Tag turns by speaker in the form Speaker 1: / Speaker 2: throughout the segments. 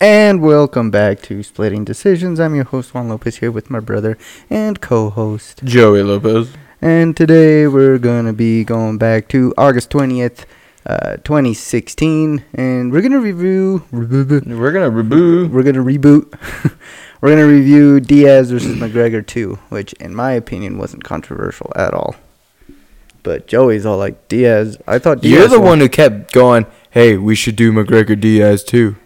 Speaker 1: And welcome back to Splitting Decisions. I'm your host Juan Lopez here with my brother and co-host.
Speaker 2: Joey Lopez.
Speaker 1: And today we're gonna be going back to August 20th, uh, 2016, and we're gonna review.
Speaker 2: We're gonna reboot.
Speaker 1: We're gonna reboot. we're gonna review Diaz versus McGregor 2, which in my opinion wasn't controversial at all. But Joey's all like Diaz. I thought Diaz
Speaker 2: You're the
Speaker 1: won."
Speaker 2: one who kept going. Hey, we should do McGregor Diaz too.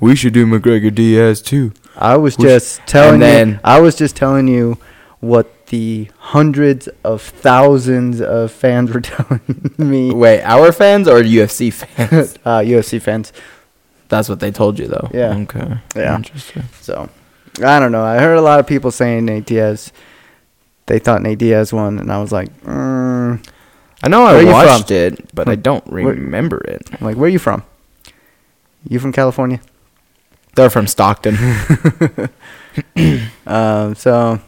Speaker 2: We should do McGregor Diaz too.
Speaker 1: I was
Speaker 2: Which-
Speaker 1: just telling
Speaker 2: and
Speaker 1: you.
Speaker 2: then-
Speaker 1: I was just telling you what the hundreds of thousands of fans were telling me.
Speaker 2: Wait, our fans or UFC fans?
Speaker 1: Uh, UFC fans.
Speaker 2: That's what they told you though.
Speaker 1: Yeah.
Speaker 2: Okay.
Speaker 1: Yeah.
Speaker 2: Interesting.
Speaker 1: So I don't know. I heard a lot of people saying Nate Diaz. They thought Nate Diaz won, and I was like, mm.
Speaker 2: I know
Speaker 1: Where
Speaker 2: I
Speaker 1: you
Speaker 2: watched it, but I
Speaker 1: Hmm.
Speaker 2: don't
Speaker 1: Where-
Speaker 2: remember it.
Speaker 1: I'm like, where are you from? You from California?
Speaker 2: They're from Stockton.
Speaker 1: Um, so,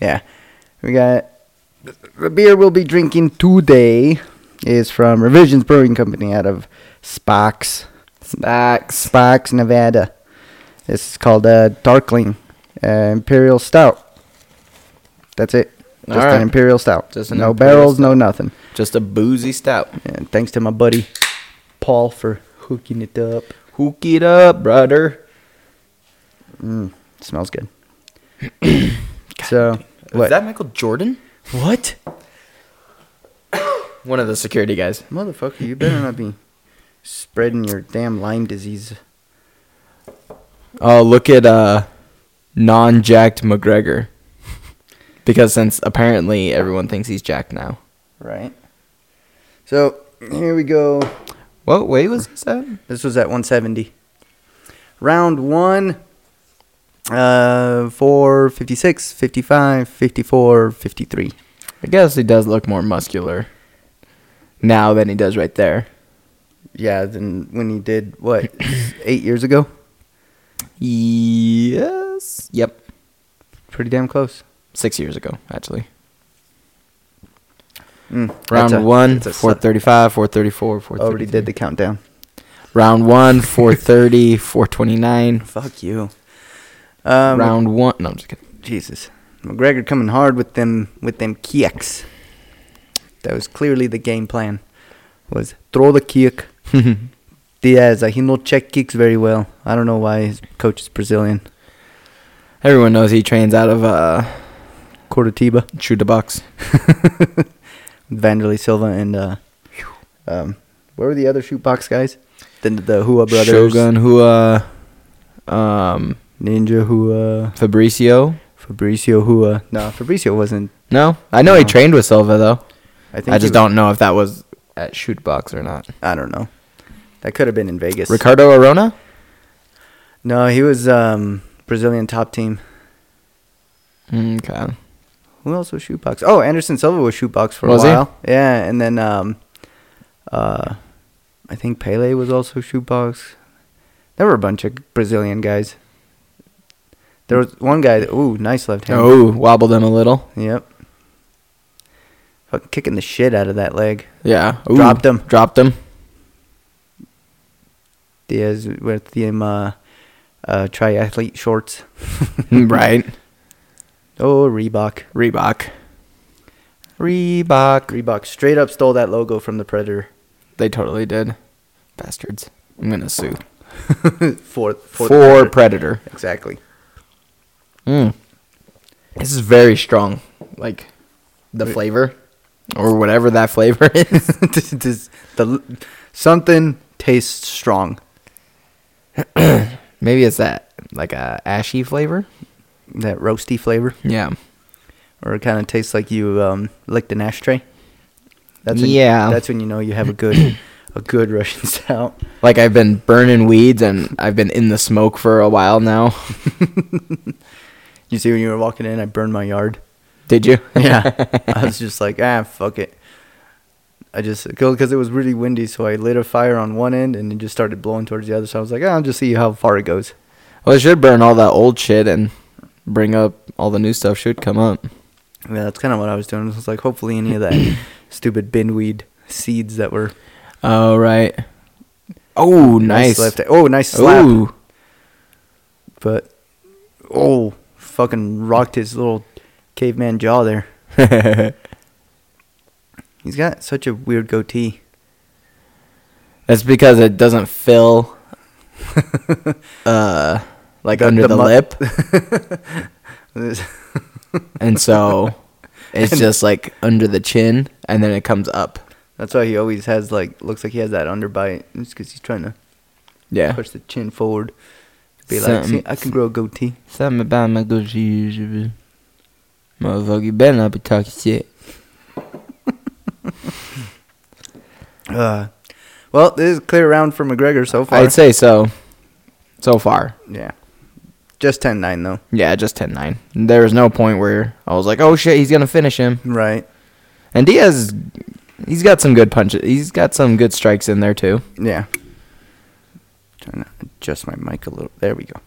Speaker 1: yeah, we got the beer we'll be drinking today is from Revisions Brewing Company out of Spox,
Speaker 2: Stacks.
Speaker 1: Spox, Nevada. This is called uh, Darkling uh, Imperial Stout. That's it. Just
Speaker 2: All right.
Speaker 1: an Imperial Stout.
Speaker 2: Just an
Speaker 1: no
Speaker 2: Imperial
Speaker 1: barrels, no nothing.
Speaker 2: Just a boozy stout.
Speaker 1: And thanks to my buddy Paul for hooking it up.
Speaker 2: Hook it up, brother.
Speaker 1: Mm, smells good. so, what?
Speaker 2: Is that Michael Jordan?
Speaker 1: what?
Speaker 2: One of the security guys.
Speaker 1: Motherfucker, you better not be spreading your damn Lyme disease.
Speaker 2: Oh, look at uh, non-jacked McGregor, because since apparently everyone thinks he's jacked now.
Speaker 1: Right. So here we go.
Speaker 2: What weight was this at?
Speaker 1: This was at 170. Round one. Uh, 4, 56, 55, 54, 53.
Speaker 2: I guess he does look more muscular now than he does right there.
Speaker 1: Yeah, then when he did what eight years ago,
Speaker 2: Yes. Yep.
Speaker 1: pretty damn close.
Speaker 2: Six years ago, actually.
Speaker 1: Mm, that's
Speaker 2: Round
Speaker 1: a-
Speaker 2: one,
Speaker 1: that's a
Speaker 2: four thirty-five, four thirty-four, four.
Speaker 1: Already did the countdown.
Speaker 2: round one, four thirty, four twenty-nine.
Speaker 1: Fuck you. Um,
Speaker 2: round one. No, I'm just kidding.
Speaker 1: Jesus. McGregor coming hard with them with them kicks. That was clearly the game plan. Was throw the kick. Diaz, uh, he no check kicks very well. I don't know why his coach is Brazilian.
Speaker 2: Everyone knows he trains out of uh,
Speaker 1: Cordotiba,
Speaker 2: Chuda Box.
Speaker 1: Vanderlei Silva, and uh, um, where were the other shootbox guys? The the Hua brothers,
Speaker 2: Shogun Hua, um,
Speaker 1: Ninja Hua,
Speaker 2: Fabricio.
Speaker 1: Fabricio Hua. No, Fabricio wasn't.
Speaker 2: No, I know he
Speaker 1: No.
Speaker 2: trained with Silva though.
Speaker 1: I think
Speaker 2: I
Speaker 1: he
Speaker 2: just
Speaker 1: was-
Speaker 2: don't know if that was at shoot box or not.
Speaker 1: I don't know. That could have been in Vegas.
Speaker 2: Ricardo Arona.
Speaker 1: no, he was um, Brazilian top team.
Speaker 2: Okay.
Speaker 1: Who else was shootbox? Oh, Anderson Silva was shootbox for
Speaker 2: Was
Speaker 1: a
Speaker 2: he?
Speaker 1: while. Yeah, and then um, uh, I think Pele was also shootbox. There were a bunch of Brazilian guys. There was one guy. That, ooh, nice left hand.
Speaker 2: Oh, wobbled him a little.
Speaker 1: Yep. Fucking kicking the shit out of that leg.
Speaker 2: Yeah.
Speaker 1: Dropped him.
Speaker 2: Dropped him.
Speaker 1: Diaz with the um, uh, uh, triathlete shorts.
Speaker 2: right.
Speaker 1: Oh, Reebok.
Speaker 2: Reebok. Reebok.
Speaker 1: Reebok straight up stole that logo from the Predator.
Speaker 2: They totally did. Bastards. I'm gonna sue.
Speaker 1: for
Speaker 2: For,
Speaker 1: for, the Predator.
Speaker 2: predator.
Speaker 1: exactly.
Speaker 2: Mm. This is very strong. Like the
Speaker 1: Wait.
Speaker 2: flavor or whatever that flavor is.
Speaker 1: This- this- the, something tastes strong.
Speaker 2: Maybe it's that like a ashy flavor.
Speaker 1: That roasty flavor,
Speaker 2: Yeah.
Speaker 1: or it kind of tastes like you um, licked an ashtray. when,
Speaker 2: Yeah.
Speaker 1: That's when you know you have a good, a good Russian stout.
Speaker 2: Like I've been burning weeds and I've been in the smoke for a while now.
Speaker 1: You see, when you were walking in, I burned my yard.
Speaker 2: Did you?
Speaker 1: Yeah, I was just like, ah, fuck it. I just because it was really windy, so I lit a fire on one end and it just started blowing towards the other. So I was like, ah, I'll just see how far it goes.
Speaker 2: Well, it should burn all that old shit and bring up all the new stuff should come up.
Speaker 1: Yeah, that's kind of what I was doing. I was like, hopefully, any of that stupid binweed seeds that were
Speaker 2: Oh right. Oh, nice.
Speaker 1: left. Oh, nice slap.
Speaker 2: Ooh.
Speaker 1: But oh, fucking rocked his little caveman jaw there. He's got such a weird goatee.
Speaker 2: That's because it doesn't fill, uh, like
Speaker 1: The-
Speaker 2: under
Speaker 1: the
Speaker 2: the,
Speaker 1: mu-
Speaker 2: lip,
Speaker 1: This-
Speaker 2: and so it's
Speaker 1: And-
Speaker 2: just like under the chin, and then it comes up.
Speaker 1: That's why he always has like looks like he has that underbite. It's because he's trying to
Speaker 2: Yeah.
Speaker 1: push the chin forward. Be like,
Speaker 2: Something-
Speaker 1: see, I can grow a goatee.
Speaker 2: Something about my goatee, motherfucker. You better not be talking shit.
Speaker 1: Uh, well, this is a clear round for McGregor so far.
Speaker 2: I'd say so. So far,
Speaker 1: yeah, just 10-9 though.
Speaker 2: yeah, just 10-9. There was no point where I was like, "Oh shit, he's gonna finish him."
Speaker 1: Right.
Speaker 2: And Diaz, he's got some good punches. He's got some good strikes in there too.
Speaker 1: Yeah. Trying to adjust my mic a little. There we go.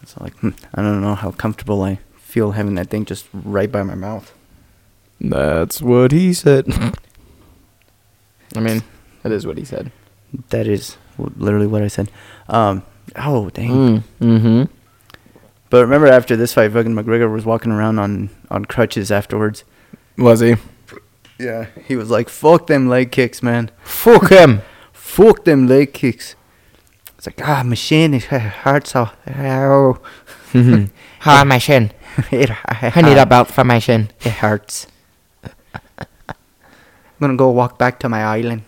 Speaker 1: It's like hmm, I don't know how comfortable I feel having that thing just right by my mouth.
Speaker 2: That's what he said. I mean, that is what he said.
Speaker 1: That is w- literally what I said. Um. Oh dang.
Speaker 3: Hmm.
Speaker 2: Mm-hmm.
Speaker 1: But remember, after this fight, fucking McGregor was walking around on on crutches afterwards.
Speaker 2: Was he?
Speaker 1: Yeah, he was like, "Fuck them leg kicks, man.
Speaker 2: Fuck him.
Speaker 1: Fuck them leg kicks." It's like, ah, my shin it hurts. Oh, ow.
Speaker 3: Hi, my shin.
Speaker 1: it,
Speaker 3: I
Speaker 2: Ah.
Speaker 3: need a belt for my shin.
Speaker 1: It hurts. I'm gonna go walk back to my island.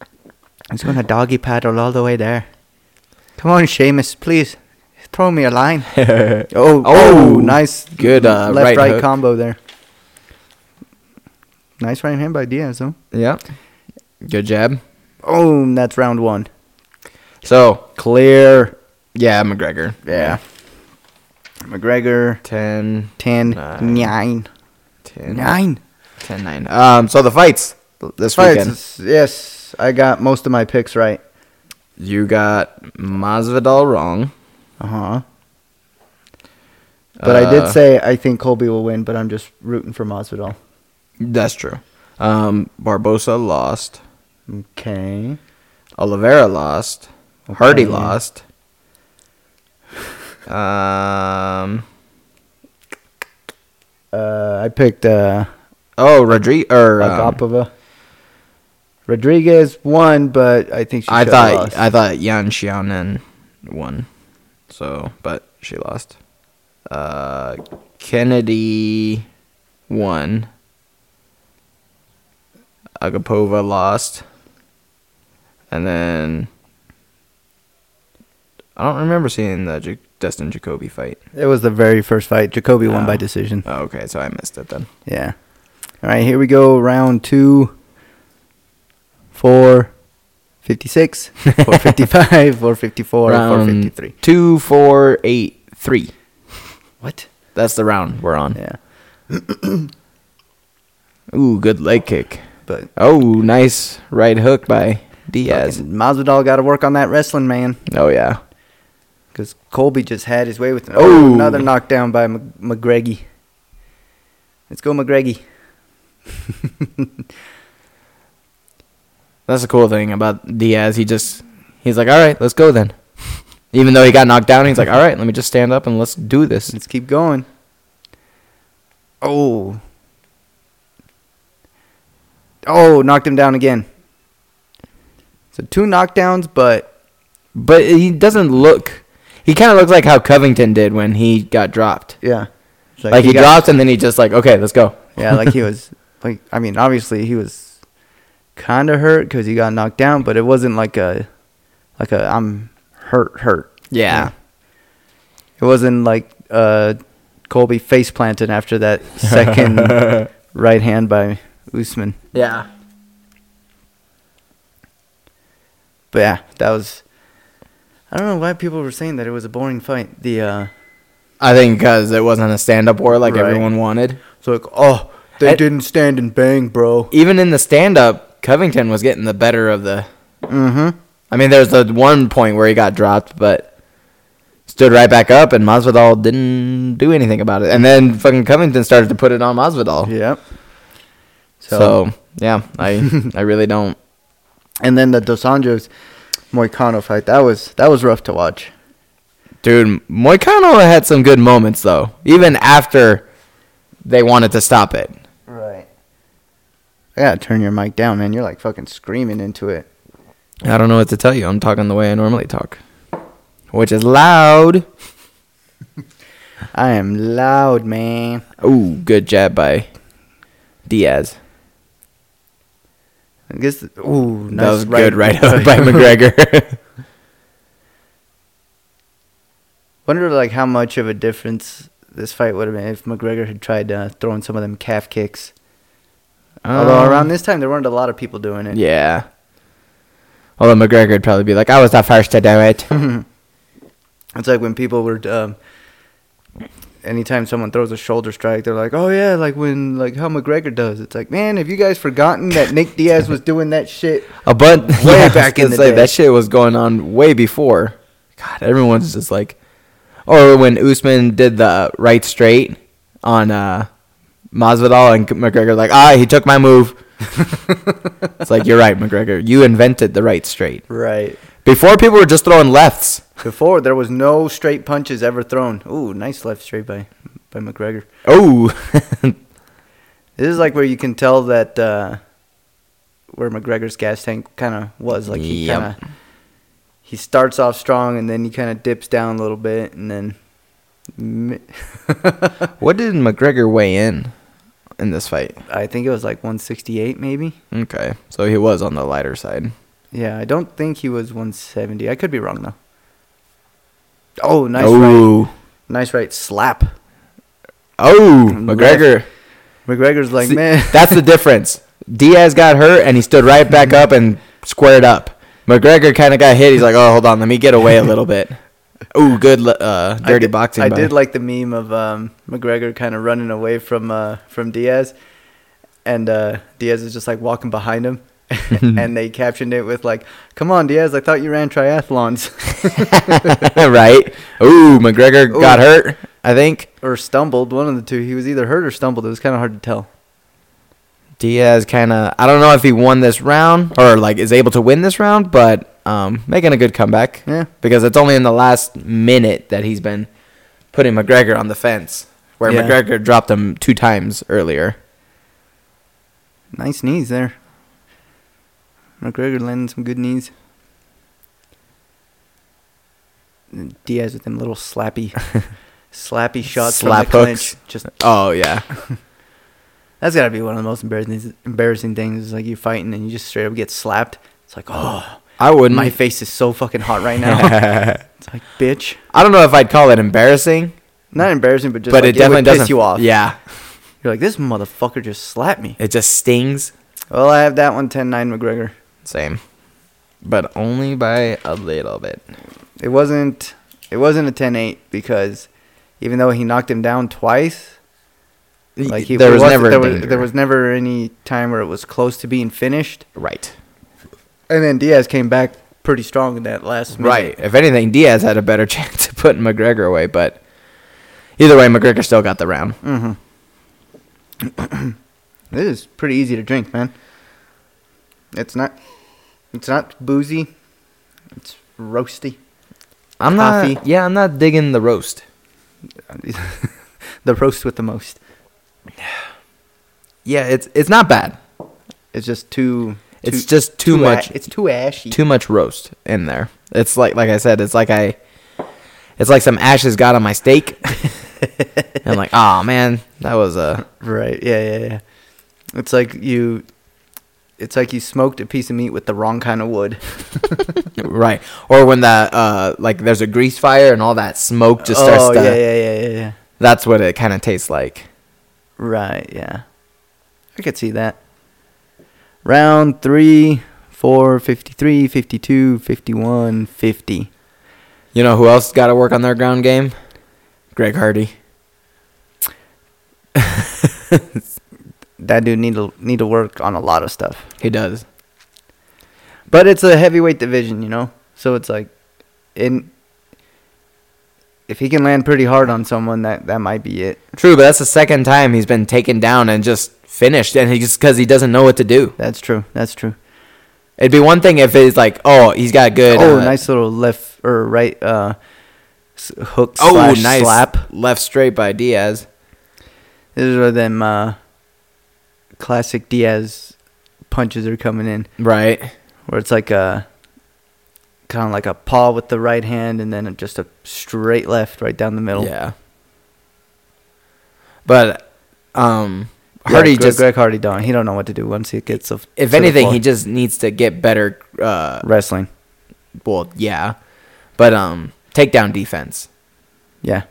Speaker 1: I'm just gonna doggy paddle all the way there. Come on, Seamus, please throw me a line. Oh, oh,
Speaker 2: Oh,
Speaker 1: nice,
Speaker 2: good, uh,
Speaker 1: left right,
Speaker 2: right hook.
Speaker 1: combo there. Nice right hand by Diaz, though.
Speaker 2: yeah. Good jab.
Speaker 1: Oh, and that's round one.
Speaker 2: So
Speaker 1: Clear.
Speaker 2: yeah, McGregor.
Speaker 1: Yeah. McGregor,
Speaker 2: Ten.
Speaker 1: 10,
Speaker 2: Nine.
Speaker 1: 9.
Speaker 2: Ten.
Speaker 1: 9.
Speaker 2: Ten. Nine. Um. So the fights this weekend.
Speaker 1: Fights. Yes, I got most of my picks right.
Speaker 2: You got Masvidal wrong.
Speaker 1: Uh-huh. But I did
Speaker 2: Uh,
Speaker 1: say I think Colby will win, but I'm just rooting for Masvidal.
Speaker 2: That's true. Um. Barbosa lost.
Speaker 1: Okay.
Speaker 2: Oliveira lost. Hardy
Speaker 1: Okay.
Speaker 2: lost. Um.
Speaker 1: Uh, I picked uh,
Speaker 2: Oh, Rodriguez. Or um,
Speaker 1: Agapova. Rodriguez won, but I think she
Speaker 2: I
Speaker 1: should've
Speaker 2: thought
Speaker 1: lost.
Speaker 2: I thought Yan Xiaonan won, so but she lost. Uh, Kennedy won. Agapova lost, and then I don't remember seeing the J- Dustin Jacoby fight.
Speaker 1: it was the very first fight. Jacoby won
Speaker 2: Oh.
Speaker 1: by decision.
Speaker 2: Oh, okay, so I missed it then.
Speaker 1: Yeah. All right, here we go. Round two. Four. 56, 455, 454,
Speaker 2: Round
Speaker 1: 453.
Speaker 2: two, four, eight, three.
Speaker 1: What?
Speaker 2: That's the round we're on.
Speaker 1: Yeah.
Speaker 2: Ooh, good leg kick.
Speaker 1: But
Speaker 2: Oh, nice right hook by Diaz.
Speaker 1: fucking Masvidal got to work on that wrestling, man.
Speaker 2: Oh yeah.
Speaker 1: Because Colby just had his way with him.
Speaker 2: Oh.
Speaker 1: Oh, another knockdown by Mc- McGregor. Let's go, McGregor.
Speaker 2: That's the cool thing about Diaz. He just he's like, all right, let's go then. Even though he got knocked down, he's like, all right, let me just stand up and let's do this.
Speaker 1: Let's keep going. Oh. Oh, knocked him down again. So two knockdowns, but
Speaker 2: But he doesn't look. He kind of looks like how Covington did when he got dropped.
Speaker 1: yeah, It's
Speaker 2: Like, he,
Speaker 1: got-
Speaker 2: dropped and then he just like, okay, let's go.
Speaker 1: Yeah, like he was like I mean, obviously he was kind of hurt because he got knocked down, but it wasn't like a like a I'm hurt hurt.
Speaker 2: Yeah.
Speaker 1: It wasn't like uh, Colby face planted after that second right hand by Usman.
Speaker 2: Yeah.
Speaker 1: But yeah, that was. I don't know why people were saying that it was a boring fight. The uh,
Speaker 2: I think because it wasn't a stand-up war like
Speaker 1: Right.
Speaker 2: everyone wanted.
Speaker 1: it's like oh they
Speaker 2: And-
Speaker 1: didn't stand and bang, bro.
Speaker 2: Even in the stand-up, Covington was getting the better of the
Speaker 1: Mm-hmm.
Speaker 2: I mean, there's the one point where he got dropped, but stood right back up, and Masvidal didn't do anything about it. And then fucking Covington started to put it on Masvidal.
Speaker 1: Yep.
Speaker 2: So, yeah, I I really don't.
Speaker 1: And then the Dos Anjos, Moicano fight. That was that was rough to watch.
Speaker 2: Dude, Moicano had some good moments though, even after they wanted to stop it.
Speaker 1: Right. I gotta turn your mic down, man. You're like fucking screaming into it.
Speaker 2: I don't know what to tell you. I'm talking the way I normally talk, which is loud.
Speaker 1: I am loud, man.
Speaker 2: Ooh, good jab by Diaz.
Speaker 1: I guess. Ooh, nice
Speaker 2: that was
Speaker 1: right.
Speaker 2: good right hook by McGregor.
Speaker 1: Wonder like how much of a difference this fight would have been if McGregor had tried uh, throwing some of them calf kicks.
Speaker 2: Um,
Speaker 1: Although around this time there weren't a lot of people doing it.
Speaker 2: Yeah. Although McGregor would probably be like, I was the first to do it.
Speaker 1: It's like when people were. Um, anytime someone throws a shoulder strike, they're like, "Oh yeah," like when like how McGregor does. It's like, man, have you guys forgotten that Nick Diaz was doing that shit?
Speaker 2: A bunch
Speaker 1: Way
Speaker 2: yeah, I was
Speaker 1: back in the
Speaker 2: gonna say,
Speaker 1: day.
Speaker 2: That shit was going on way before. God, everyone's just like, or when Usman did the right straight on uh, Masvidal and McGregor, like, ah, he took my move. it's like you're right, McGregor. You invented the right straight.
Speaker 1: Right.
Speaker 2: Before people were just throwing lefts.
Speaker 1: Before there was no straight punches ever thrown. Ooh, nice left straight by by McGregor.
Speaker 2: Oh,
Speaker 1: This is like where you can tell that uh, where McGregor's gas tank kind of was. Like he
Speaker 2: Yep.
Speaker 1: kind of he starts off strong and then he kind of dips down a little bit and then mi-
Speaker 2: what did McGregor weigh in in this fight?
Speaker 1: I think it was like 168 maybe.
Speaker 2: Okay, so he was on the lighter side.
Speaker 1: Yeah, I don't think he was 170. I could be wrong though. Oh, nice right,
Speaker 2: oh,
Speaker 1: nice right slap.
Speaker 2: oh, McGregor.
Speaker 1: McGregor's like
Speaker 2: See,
Speaker 1: man.
Speaker 2: That's the difference. Diaz got hurt and he stood right back up and squared up. McGregor kind of got hit. He's like, oh, hold on, let me get away a little bit. Ooh, good le- uh,
Speaker 1: I
Speaker 2: dirty
Speaker 1: did-
Speaker 2: boxing.
Speaker 1: I
Speaker 2: by-
Speaker 1: did like the meme of um, McGregor kind of running away from uh, from Diaz, and uh, Diaz is just like walking behind him, and they captioned it with like, "Come on, Diaz! I thought you ran triathlons
Speaker 2: right. Ooh, McGregor
Speaker 1: Ooh.
Speaker 2: got hurt. I think
Speaker 1: or stumbled. One of the two. He was either hurt or stumbled. It was kind of hard to tell.
Speaker 2: Diaz kind of. I don't know if he won this round or like is able to win this round, but um, making a good comeback.
Speaker 1: Yeah.
Speaker 2: Because it's only in the last minute that he's been putting McGregor on the fence, where
Speaker 1: Yeah.
Speaker 2: McGregor dropped him two times earlier.
Speaker 1: Nice knees there. McGregor landing some good knees. And Diaz with them little slappy, slappy shots
Speaker 2: Slap
Speaker 1: from the
Speaker 2: hooks.
Speaker 1: clinch. Just
Speaker 2: Oh yeah.
Speaker 1: That's got to be one of the most embarrassing embarrassing things. Is like you fighting and you just straight up get slapped. It's like, oh,
Speaker 2: I wouldn't.
Speaker 1: my face is so fucking hot right now. it's like, bitch,
Speaker 2: I don't know if I'd call it embarrassing,
Speaker 1: not embarrassing, but just
Speaker 2: but
Speaker 1: like,
Speaker 2: it definitely
Speaker 1: would
Speaker 2: doesn't
Speaker 1: piss you off.
Speaker 2: Yeah,
Speaker 1: you're like this motherfucker just slapped me.
Speaker 2: it just stings.
Speaker 1: Well, I have that one 10-9 McGregor.
Speaker 2: Same, but only by a little bit.
Speaker 1: It wasn't it wasn't a 10-8 because even though he knocked him down twice, like he
Speaker 2: there
Speaker 1: it
Speaker 2: was
Speaker 1: wasn't-
Speaker 2: never
Speaker 1: there
Speaker 2: a
Speaker 1: was,
Speaker 2: danger.
Speaker 1: there was never any time where it was close to being finished.
Speaker 2: right,
Speaker 1: And then Diaz came back pretty strong in that last minute.
Speaker 2: right. If anything, Diaz had a better chance of putting McGregor away, but either way, McGregor still got the round.
Speaker 1: Mm-hmm. This is pretty easy to drink, man. It's not it's not boozy. It's roasty.
Speaker 2: I'm
Speaker 1: Coffee.
Speaker 2: not. Yeah, I'm not digging the roast.
Speaker 1: the roast with the most.
Speaker 2: Yeah, it's it's not bad.
Speaker 1: It's just too, too
Speaker 2: It's just too
Speaker 1: a-
Speaker 2: much-
Speaker 1: it's too ashy.
Speaker 2: too much roast in there. It's like like I said, it's like I it's like some ashes got on my steak. and I'm like, oh man, that was a
Speaker 1: right. Yeah, yeah, yeah. It's like you it's like you smoked a piece of meat with the wrong kind of wood.
Speaker 2: right. Or when that uh like there's a grease fire and all that smoke just starts
Speaker 1: oh,
Speaker 2: to
Speaker 1: yeah, yeah, yeah, yeah, yeah.
Speaker 2: that's what it kinda tastes like.
Speaker 1: Right, yeah. I could see that. Round three, four, 53, 52, 51, 50.
Speaker 2: You know who else gotta work on their ground game? Greg Hardy.
Speaker 1: That dude need to need to work on a lot of stuff.
Speaker 2: He does.
Speaker 1: But it's a heavyweight division, you know. So it's like, in if he can land pretty hard on someone, that that might be it.
Speaker 2: True, but that's the second time he's been taken down and just finished and he just cause he doesn't know what to do.
Speaker 1: That's true. That's true.
Speaker 2: It'd be one thing if it's like, oh, he's got a good.
Speaker 1: oh,
Speaker 2: uh,
Speaker 1: nice little left or right uh, s- hook
Speaker 2: Oh,
Speaker 1: slash
Speaker 2: nice
Speaker 1: slap.
Speaker 2: left straight by Diaz.
Speaker 1: These are them uh, classic Diaz punches are coming in,
Speaker 2: Right.
Speaker 1: where it's like a kind of like a paw with the right hand, and then just a straight left right down the middle.
Speaker 2: Yeah. But um,
Speaker 1: Yeah,
Speaker 2: Hardy
Speaker 1: Gre-
Speaker 2: just
Speaker 1: Greg Hardy don't. He don't know what to do once he gets a.
Speaker 2: if anything, he just needs to get better. Uh,
Speaker 1: wrestling.
Speaker 2: well, yeah, but um, takedown defense
Speaker 1: Yeah,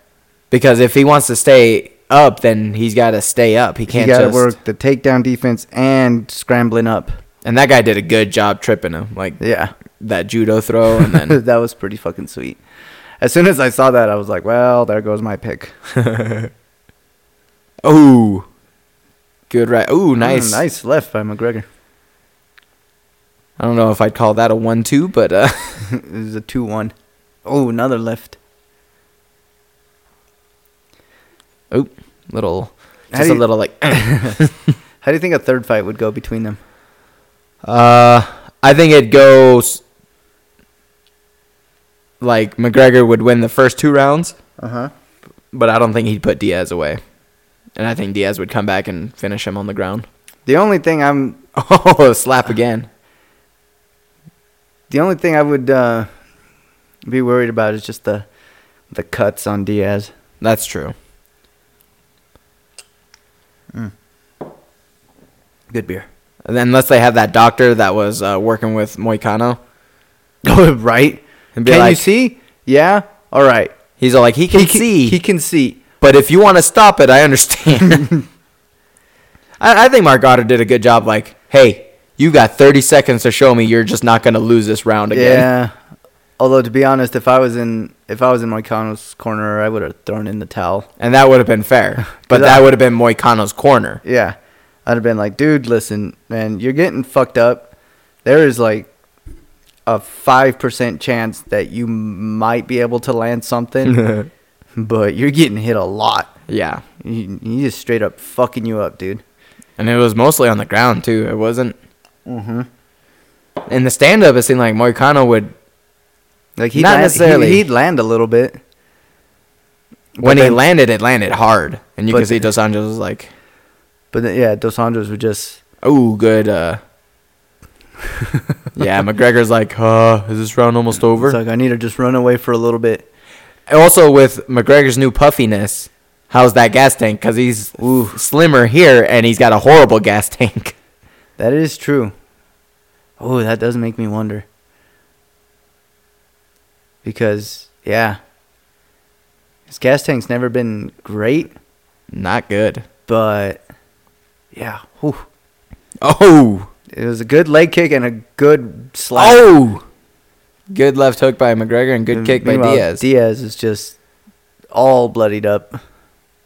Speaker 2: because if he wants to stay up, then he's got to stay up. He
Speaker 1: he
Speaker 2: can't
Speaker 1: got to
Speaker 2: just-
Speaker 1: work the takedown defense and scrambling up.
Speaker 2: And that guy did a good job tripping him, like
Speaker 1: Yeah,
Speaker 2: that judo throw, and then
Speaker 1: that was pretty fucking sweet. As soon as I saw that, I was like, "Well, there goes my pick."
Speaker 2: oh, good right. Oh,
Speaker 1: Mm,
Speaker 2: nice,
Speaker 1: nice left by McGregor.
Speaker 2: I don't know if I'd call that a one-two, but uh,
Speaker 1: it was a two-one. Oh, another left.
Speaker 2: oh, little,
Speaker 1: How
Speaker 2: just
Speaker 1: do
Speaker 2: a
Speaker 1: you-
Speaker 2: little like.
Speaker 1: How do you think a third fight would go between them?
Speaker 2: Uh, I think it goes like McGregor would win the first two rounds,
Speaker 1: Uh huh.
Speaker 2: but I don't think he'd put Diaz away, and I think Diaz would come back and finish him on the ground.
Speaker 1: The only thing I'm,
Speaker 2: Oh, slap again.
Speaker 1: the only thing I would uh, be worried about is just the, the cuts on Diaz.
Speaker 2: That's true.
Speaker 1: Good beer.
Speaker 2: And then unless they have that doctor that was uh, working with Moicano,
Speaker 1: right?
Speaker 2: And
Speaker 1: Can
Speaker 2: be
Speaker 1: you
Speaker 2: like-
Speaker 1: see? Yeah. All right.
Speaker 2: he's all like he can see,
Speaker 1: He can see.
Speaker 2: but if you want to stop it, I understand. I, I think Mark Goddard did a good job. Like, hey, you got 30 seconds to show me you're just not going to lose this round again.
Speaker 1: Yeah. Although to be honest, if I was in if I was in Moicano's corner, I would have thrown in the towel.
Speaker 2: And that would have been fair. But
Speaker 1: Cause I-
Speaker 2: that would have been Moicano's corner.
Speaker 1: Yeah. I'd have been like, dude, listen, man, you're getting fucked up. There is like a five percent chance that you might be able to land something, but you're getting hit a lot.
Speaker 2: Yeah.
Speaker 1: You, you just straight up fucking you up, dude.
Speaker 2: And it was mostly on the ground, too. It wasn't. Mm-hmm. In the stand up, it seemed like Moicano would,
Speaker 1: Like he'd
Speaker 2: Not
Speaker 1: land,
Speaker 2: necessarily.
Speaker 1: He, would land a little bit.
Speaker 2: when he
Speaker 1: then-
Speaker 2: landed, it landed hard. And you
Speaker 1: But
Speaker 2: could see
Speaker 1: the-
Speaker 2: Dos Anjos was like,
Speaker 1: But then, yeah, Dos Anjos would just
Speaker 2: oh, good. Uh... yeah, McGregor's like, uh, is this round almost over?
Speaker 1: it's like I need to just run away for a little bit.
Speaker 2: also with McGregor's new puffiness, how's that gas tank? Because he's slimmer here, and he's got a horrible gas tank.
Speaker 1: That is true. Oh, that does make me wonder. Because yeah, his gas tank's never been great,
Speaker 2: Not good.
Speaker 1: but yeah, whew.
Speaker 2: Oh,
Speaker 1: it was a good leg kick and a good slap.
Speaker 2: oh, good left hook by McGregor and good
Speaker 1: And
Speaker 2: kick by
Speaker 1: meanwhile,
Speaker 2: Diaz.
Speaker 1: Diaz is just all bloodied up.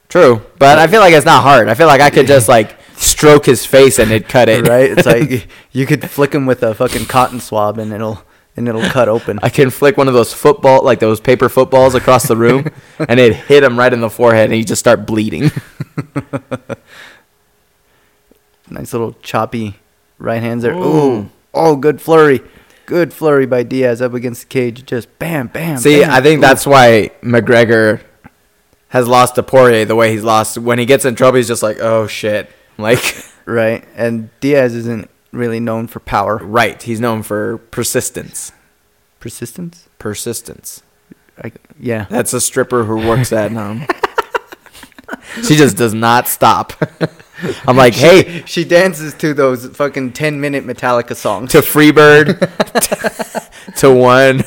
Speaker 2: True, but I feel like it's not hard. I feel like I could just like stroke his face and it cut it.
Speaker 1: right? It's like you could flick him with a fucking cotton swab and it'll and it'll cut open.
Speaker 2: I can flick one of those football, like those paper footballs, across the room, and it hit him right in the forehead, and he just start bleeding.
Speaker 1: Nice little choppy right hands there.
Speaker 2: Ooh.
Speaker 1: Ooh. Oh, good flurry. Good flurry by Diaz up against the cage. Just bam, bam.
Speaker 2: See,
Speaker 1: bam.
Speaker 2: I think
Speaker 1: Ooh.
Speaker 2: that's why McGregor has lost to Poirier the way he's lost. When he gets in trouble, he's just like, "Oh shit!" Like,
Speaker 1: right. And Diaz isn't really known for power.
Speaker 2: right? He's known for persistence.
Speaker 1: Persistence?
Speaker 2: Persistence.
Speaker 1: I, yeah.
Speaker 2: That's a stripper who works at um. she just does not stop. I'm like, hey,
Speaker 1: She dances to those fucking 10 minute Metallica songs.
Speaker 2: to Freebird, to one,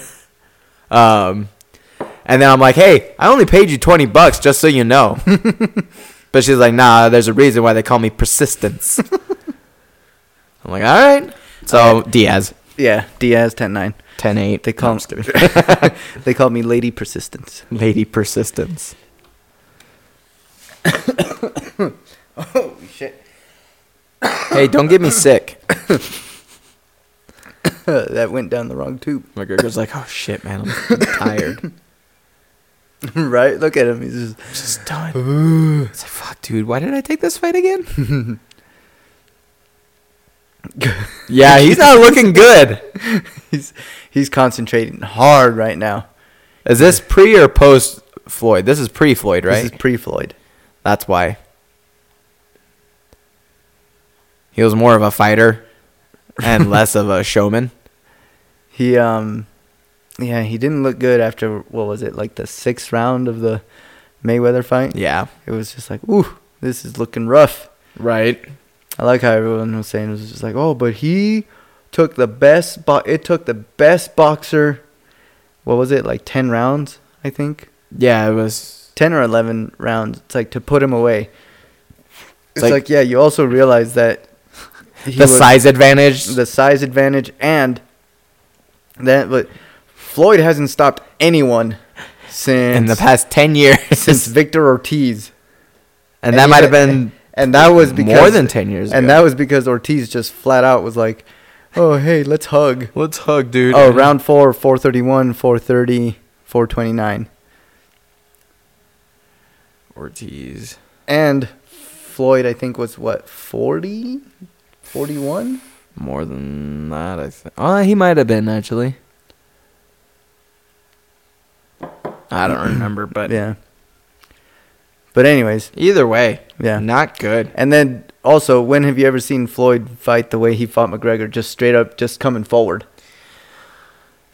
Speaker 2: um, and then I'm like, hey, I only paid you twenty bucks just so you know. but she's like, nah, there's a reason why they call me persistence. I'm like, all right. So Diaz,
Speaker 1: Yeah. Diaz 10 9.
Speaker 2: 10-8.
Speaker 1: They call, they call me Lady Persistence.
Speaker 2: lady persistence.
Speaker 1: Oh, shit.
Speaker 2: Hey, don't get me sick.
Speaker 1: that went down the wrong tube.
Speaker 2: McGregor's like, oh shit, man, I'm tired.
Speaker 1: right? Look at him. He's just.
Speaker 2: Just done. It's like, fuck, dude, why did I take this fight again? Yeah, he's not looking good.
Speaker 1: he's he's concentrating hard right now.
Speaker 2: Is this pre or post Floyd? This is pre Floyd, right?
Speaker 1: This is pre-Floyd.
Speaker 2: That's why. He was more of a fighter and less of a showman.
Speaker 1: He um yeah, he didn't look good after what was it, like the sixth round of the Mayweather fight?
Speaker 2: Yeah.
Speaker 1: It was just like, ooh, this is looking rough.
Speaker 2: Right.
Speaker 1: I like how everyone was saying it was just like, oh, but he took the best bo- it took the best boxer what was it, like ten rounds, I think?
Speaker 2: Yeah, it was.
Speaker 1: Ten or eleven rounds. It's like to put him away. It's
Speaker 2: like-
Speaker 1: like, yeah, you also realize that he
Speaker 2: the
Speaker 1: was-
Speaker 2: size advantage.
Speaker 1: the size advantage and that but Floyd hasn't stopped anyone since
Speaker 2: in the past 10 years.
Speaker 1: since Victor Ortiz.
Speaker 2: and that might have
Speaker 1: even-
Speaker 2: been
Speaker 1: and that was because
Speaker 2: more than 10 years
Speaker 1: And
Speaker 2: ago.
Speaker 1: that was because Ortiz just flat out was like, "Oh, hey, let's hug."
Speaker 2: Let's hug, dude.
Speaker 1: Oh, round 4, 431, 430, 429.
Speaker 2: Ortiz.
Speaker 1: And Floyd I think was what, 40? 41?
Speaker 2: More than that, I think. Oh, he might have been, actually. I don't remember, but
Speaker 1: Yeah. But anyways,
Speaker 2: either way,
Speaker 1: Yeah.
Speaker 2: not good.
Speaker 1: And then also, when have you ever seen Floyd fight the way he fought McGregor? Just straight up, just coming forward.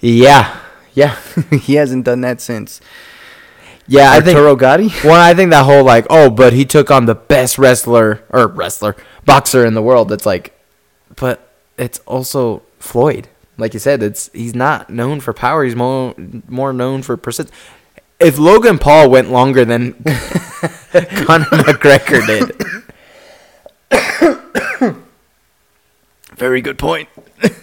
Speaker 2: Yeah. Yeah.
Speaker 1: he hasn't done that since.
Speaker 2: Yeah, I think
Speaker 1: Arturo Gotti.
Speaker 2: Well, I think that whole like, oh, but he took on the best wrestler or wrestler boxer in the world. That's like, but it's also Floyd. Like you said, it's he's not known for power. He's more more known for persist. If Logan Paul went longer than Conor McGregor did,
Speaker 1: Very good point.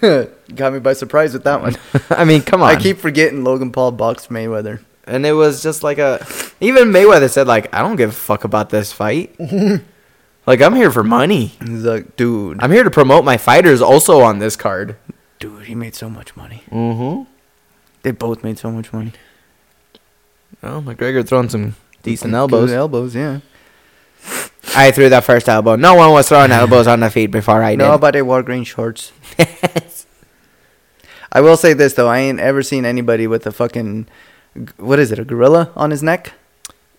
Speaker 1: Got me by surprise with that one.
Speaker 2: I mean, come on.
Speaker 1: I keep forgetting Logan Paul boxed Mayweather.
Speaker 2: and it was just like a. Even Mayweather said like, I don't give a fuck about this fight. like I'm here for money.
Speaker 1: He's like, dude,
Speaker 2: I'm here to promote my fighters. Also on this card.
Speaker 1: dude, he made so much money.
Speaker 2: Mm-hmm.
Speaker 1: They both made so much money.
Speaker 2: Oh, McGregor throwing some decent
Speaker 1: Good
Speaker 2: elbows.
Speaker 1: elbows, yeah.
Speaker 2: I threw that first elbow. No one was throwing elbows on the feet before I did.
Speaker 1: Nobody wore green shorts. I will say this though, I ain't ever seen anybody with a fucking, what is it, a gorilla on his neck?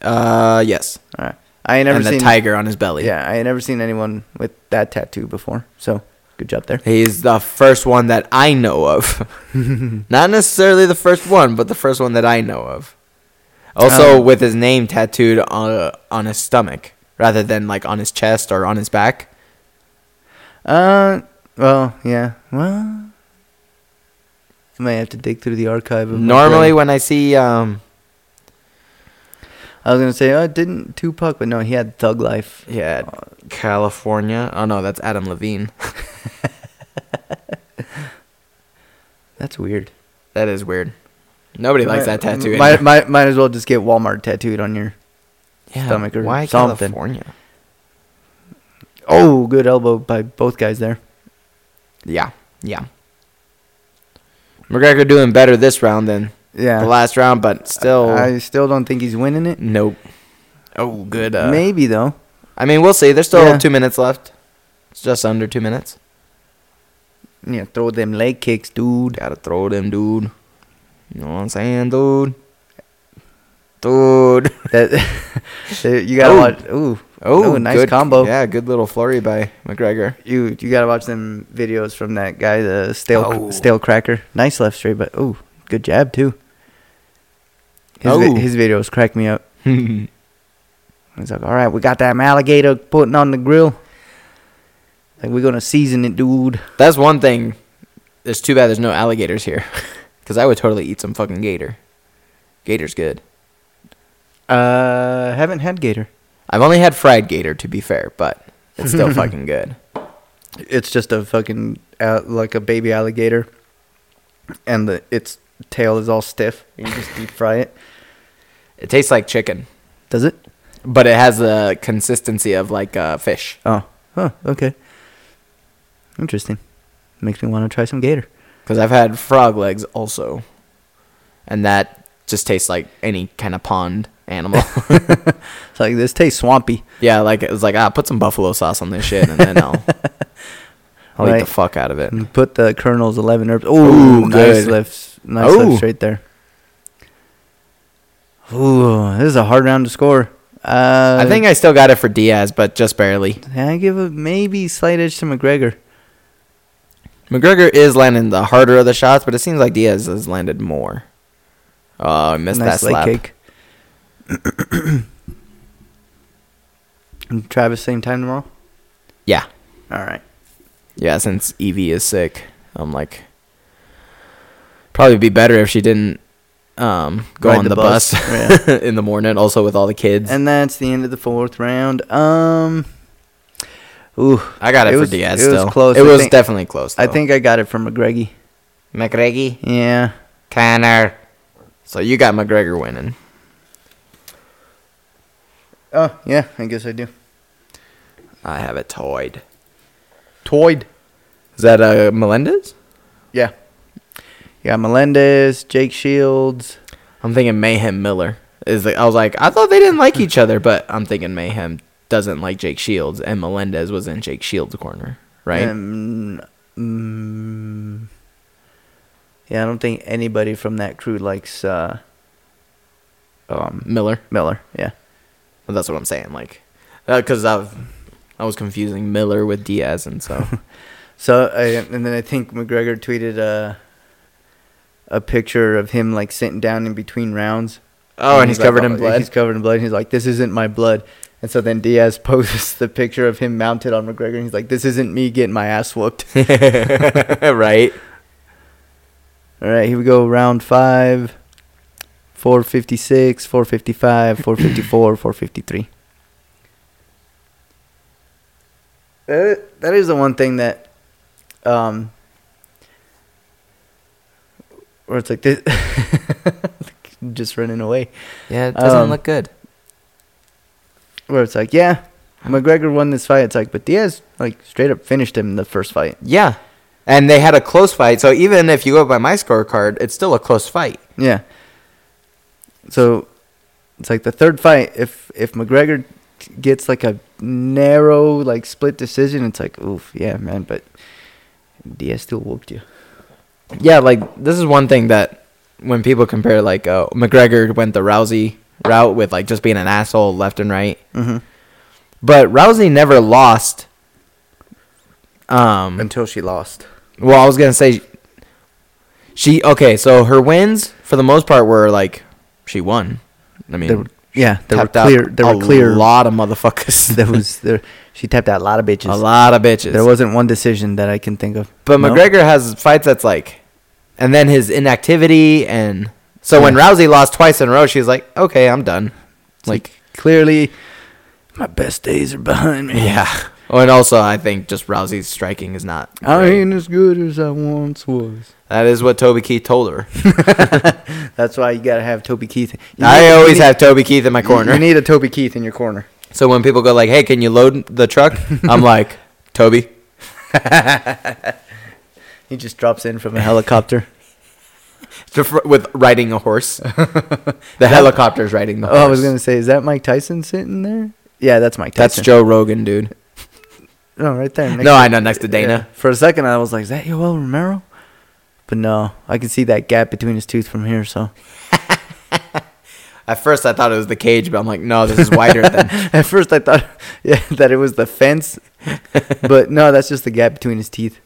Speaker 2: uh, yes.
Speaker 1: All right. I ain't never
Speaker 2: and the
Speaker 1: seen
Speaker 2: tiger on his belly.
Speaker 1: Yeah, I ain't never seen anyone with that tattoo before. So good job there.
Speaker 2: He's the first one that I know of. Not necessarily the first one, but the first one that I know of. Also,
Speaker 1: Um,
Speaker 2: with his name tattooed on, on his stomach rather than like on his chest or on his back.
Speaker 1: Uh, well, yeah, well, I may have to dig through the archive. Of my
Speaker 2: Normally,
Speaker 1: brain.
Speaker 2: when I see um,
Speaker 1: I was gonna say, oh, didn't Tupac, but no, he had Thug Life.
Speaker 2: yeah, Uh, California. Oh no, that's Adam Levine.
Speaker 1: That's weird.
Speaker 2: that is weird. Nobody likes that
Speaker 1: Might-
Speaker 2: tattoo.
Speaker 1: Might,
Speaker 2: anymore.
Speaker 1: might might as well just get Walmart tattooed on your. stomach or
Speaker 2: why
Speaker 1: something.
Speaker 2: California?
Speaker 1: Oh, good elbow by both guys there.
Speaker 2: Yeah, yeah. McGregor doing better this round than
Speaker 1: Yeah.
Speaker 2: the last round, but still,
Speaker 1: I still don't think he's winning it.
Speaker 2: nope. Oh, good. Uh,
Speaker 1: Maybe though.
Speaker 2: I mean, we'll see. There's still
Speaker 1: Yeah.
Speaker 2: two minutes left. It's just under two minutes.
Speaker 1: Yeah, throw them leg kicks, dude.
Speaker 2: Gotta throw them, dude. You know what I'm saying, dude? Dude.
Speaker 1: That you gotta
Speaker 2: Oh.
Speaker 1: watch. Ooh,
Speaker 2: Oh,
Speaker 1: Ooh, nice
Speaker 2: good-
Speaker 1: combo.
Speaker 2: Yeah, good little flurry by McGregor.
Speaker 1: You you gotta watch them videos from that guy, the stale
Speaker 2: Oh.
Speaker 1: stale cracker. Nice left straight, but oh, good jab too. His, vi-
Speaker 2: Oh.
Speaker 1: his videos crack me up.
Speaker 2: yeah,
Speaker 1: He's like, all right, we got that alligator putting on the grill. Like we're gonna season it, dude.
Speaker 2: that's one thing. It's too bad there's no alligators here, because I would totally eat some fucking gator. Gator's good.
Speaker 1: Uh, haven't had gator.
Speaker 2: I've only had fried gator to be fair, but it's still fucking good.
Speaker 1: It's just a fucking uh, like a baby alligator, and the its tail is all stiff. You just deep fry it.
Speaker 2: It tastes like chicken,
Speaker 1: Does it?
Speaker 2: but it has a consistency of like uh, fish.
Speaker 1: Oh, huh. Okay. Interesting. Makes me want to try some gator.
Speaker 2: Because I've had frog legs also, and that just tastes like any kind of pond animal.
Speaker 1: It's like this tastes swampy.
Speaker 2: yeah, like it was like ah, put some buffalo sauce on this shit, and then I'll I'll eat
Speaker 1: Right.
Speaker 2: the fuck out of it.
Speaker 1: And put the Colonel's 11 herbs. Oh,
Speaker 2: Ooh,
Speaker 1: nice
Speaker 2: good.
Speaker 1: lifts. Nice
Speaker 2: Ooh.
Speaker 1: lifts right there. Ooh, this is a hard round to score. Uh,
Speaker 2: I think I still got it for Diaz, but just barely.
Speaker 1: I give a maybe slight edge to McGregor.
Speaker 2: McGregor is landing the harder of the shots, but it seems like Diaz has landed more. Oh, I missed that
Speaker 1: leg
Speaker 2: slap.
Speaker 1: kick. And Travis, same time tomorrow?
Speaker 2: Yeah.
Speaker 1: All right.
Speaker 2: Yeah, since Evie is sick, I'm like probably be better if she didn't um go
Speaker 1: Ride
Speaker 2: on
Speaker 1: the
Speaker 2: the,
Speaker 1: bus.
Speaker 2: bus,
Speaker 1: Yeah.
Speaker 2: in the morning also with all the kids. And
Speaker 1: And that's the end of the fourth round. Um, ooh,
Speaker 2: I got it,
Speaker 1: it
Speaker 2: for
Speaker 1: was-
Speaker 2: Diaz
Speaker 1: it was
Speaker 2: still.
Speaker 1: close. I
Speaker 2: It was
Speaker 1: think-
Speaker 2: definitely close.
Speaker 1: I
Speaker 2: though.
Speaker 1: think I got it from McGregor.
Speaker 3: McGregor,
Speaker 1: Yeah.
Speaker 3: Tanner.
Speaker 2: so you got McGregor winning.
Speaker 1: Oh, yeah, I guess I do.
Speaker 2: I have it toyed. Toyed. Is that uh Melendez?
Speaker 1: Yeah. Yeah, Melendez, Jake Shields.
Speaker 2: I'm thinking Mayhem Miller. Is the, I was like, I thought they didn't like each other, but I'm thinking Mayhem doesn't like Jake Shields, and Melendez was in Jake Shields' corner, right?
Speaker 1: Um, mm, yeah, I don't think anybody from that crew likes uh, um,
Speaker 2: Miller.
Speaker 1: Miller. Yeah.
Speaker 2: Well, that's what I'm saying. Like, because I've I was confusing Miller with Diaz, and so
Speaker 1: So, I, and then I think McGregor tweeted a, a picture of him like sitting down in between rounds.
Speaker 2: oh, and he's
Speaker 1: like,
Speaker 2: covered
Speaker 1: "Oh,"
Speaker 2: in blood.
Speaker 1: He's covered in blood. And he's like, "This isn't my blood." And so then Diaz posts the picture of him mounted on McGregor, and he's like, "This isn't me getting my ass whooped."
Speaker 2: right.
Speaker 1: All right, here we go. Round five. 456, 455, 454, 453. That that is the one thing that, um, where it's like this, just running away.
Speaker 3: Yeah, it doesn't
Speaker 1: Um,
Speaker 3: look good.
Speaker 1: Where it's like, yeah, McGregor won this fight. It's like, but Diaz like straight up finished him in the first fight.
Speaker 2: Yeah, and they had a close fight. So even if you go by my scorecard, it's still a close fight.
Speaker 1: Yeah. So it's like the third fight. If if McGregor gets like a narrow like split decision, it's like oof, yeah, man. But Diaz still whooped you.
Speaker 2: Yeah, like this is one thing that when people compare, like uh, McGregor went the Rousey route with like just being an asshole left and right,
Speaker 1: Mm-hmm.
Speaker 2: but Rousey never lost. Um,
Speaker 1: Until she lost.
Speaker 2: Well, I was gonna say she okay. So her wins for the most part were like she won. I mean,
Speaker 1: There were, yeah, there were
Speaker 2: tapped out
Speaker 1: clear. There
Speaker 2: a
Speaker 1: were clear.
Speaker 2: lot of motherfuckers.
Speaker 1: There was there. She tapped out a lot of bitches.
Speaker 2: a lot of bitches.
Speaker 1: There wasn't one decision that I can think of.
Speaker 2: but
Speaker 1: No?
Speaker 2: McGregor has fights that's like, and then his inactivity and so when
Speaker 1: Yeah.
Speaker 2: Rousey lost twice in a row, she was like, okay, I'm done. Like,
Speaker 1: clearly, my best days are behind me.
Speaker 2: yeah. Oh, and also I think just Rousey's striking is not.
Speaker 1: I
Speaker 2: great.
Speaker 1: ain't as good as I once was.
Speaker 2: That is what Toby Keith told her.
Speaker 1: That's why you gotta have Toby Keith. You need-
Speaker 2: I
Speaker 1: you
Speaker 2: always
Speaker 1: need-
Speaker 2: have Toby Keith in my corner.
Speaker 1: You need a Toby Keith in your corner.
Speaker 2: So when people go like, "Hey, can you load the truck?" I'm like, "Toby."
Speaker 1: He just drops in from a helicopter.
Speaker 2: To fr- with riding a horse. the helicopter's riding the horse.
Speaker 1: oh, I was gonna say, is that Mike Tyson sitting there? Yeah, that's Mike
Speaker 2: That's
Speaker 1: Tyson.
Speaker 2: Joe Rogan, dude.
Speaker 1: No, right there. next
Speaker 2: No,
Speaker 1: to-
Speaker 2: I know, next to Dana.
Speaker 1: For a second, I was like, is that Yoel Romero? But no, I can see that gap between his tooth from here. So
Speaker 2: At first, I thought it was the cage, but I'm like, no, this is wider than.
Speaker 1: at first, I thought yeah, that it was the fence, but no, that's just the gap between his teeth.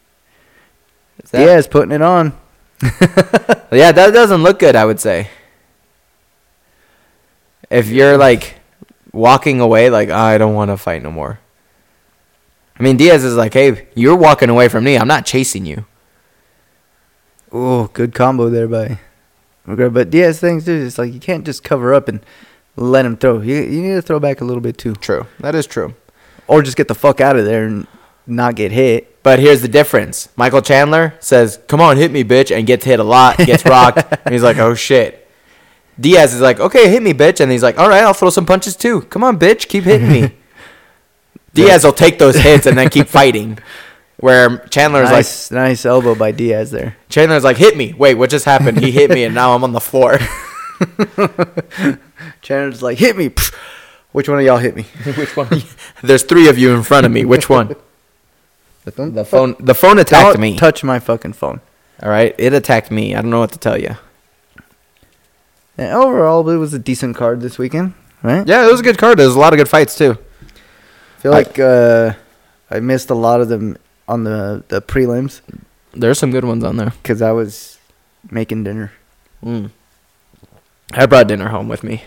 Speaker 2: Is that-
Speaker 1: Yeah, it's putting it on.
Speaker 2: yeah, that doesn't look good. I would say. If you're like walking away, like "Ah, I don't want to fight no more. I mean, Diaz is like, hey, you're walking away from me. I'm not chasing you.
Speaker 1: Oh, good combo there by McGregor. But Diaz things too. It's like you can't just cover up and let him throw. You you need to throw back a little bit too,
Speaker 2: True. That is true.
Speaker 1: or just get the fuck out of there and not get hit.
Speaker 2: But here's the difference. Michael Chandler says, "Come on, hit me, bitch," and gets hit a lot, gets rocked, and he's like, "Oh shit." Diaz is like, "Okay, hit me, bitch," and he's like, "All right, I'll throw some punches too. Come on, bitch, keep hitting me." Diaz will take those hits and then keep fighting. Where Chandler's like,
Speaker 1: Nice, nice elbow by Diaz there.
Speaker 2: Chandler's like, "Hit me!" Wait, what just happened? He hit me, and now I'm on the floor.
Speaker 1: Chandler's like, hit me. Which one of y'all hit me?
Speaker 2: There's three of you in front of me. Which one?
Speaker 1: Like, don't
Speaker 2: The
Speaker 1: fuck-
Speaker 2: phone, the phone attacked
Speaker 1: don't
Speaker 2: me.
Speaker 1: Touch my fucking phone.
Speaker 2: all right, it attacked me. I don't know what to tell you.
Speaker 1: And overall, it was a decent card this weekend, right?
Speaker 2: Yeah, it was a good card. There was a lot of good fights too.
Speaker 1: I feel like uh, I missed a lot of them on the the prelims
Speaker 2: There's some good ones on there.
Speaker 1: because I was making dinner.
Speaker 2: Hmm. I brought dinner home with me.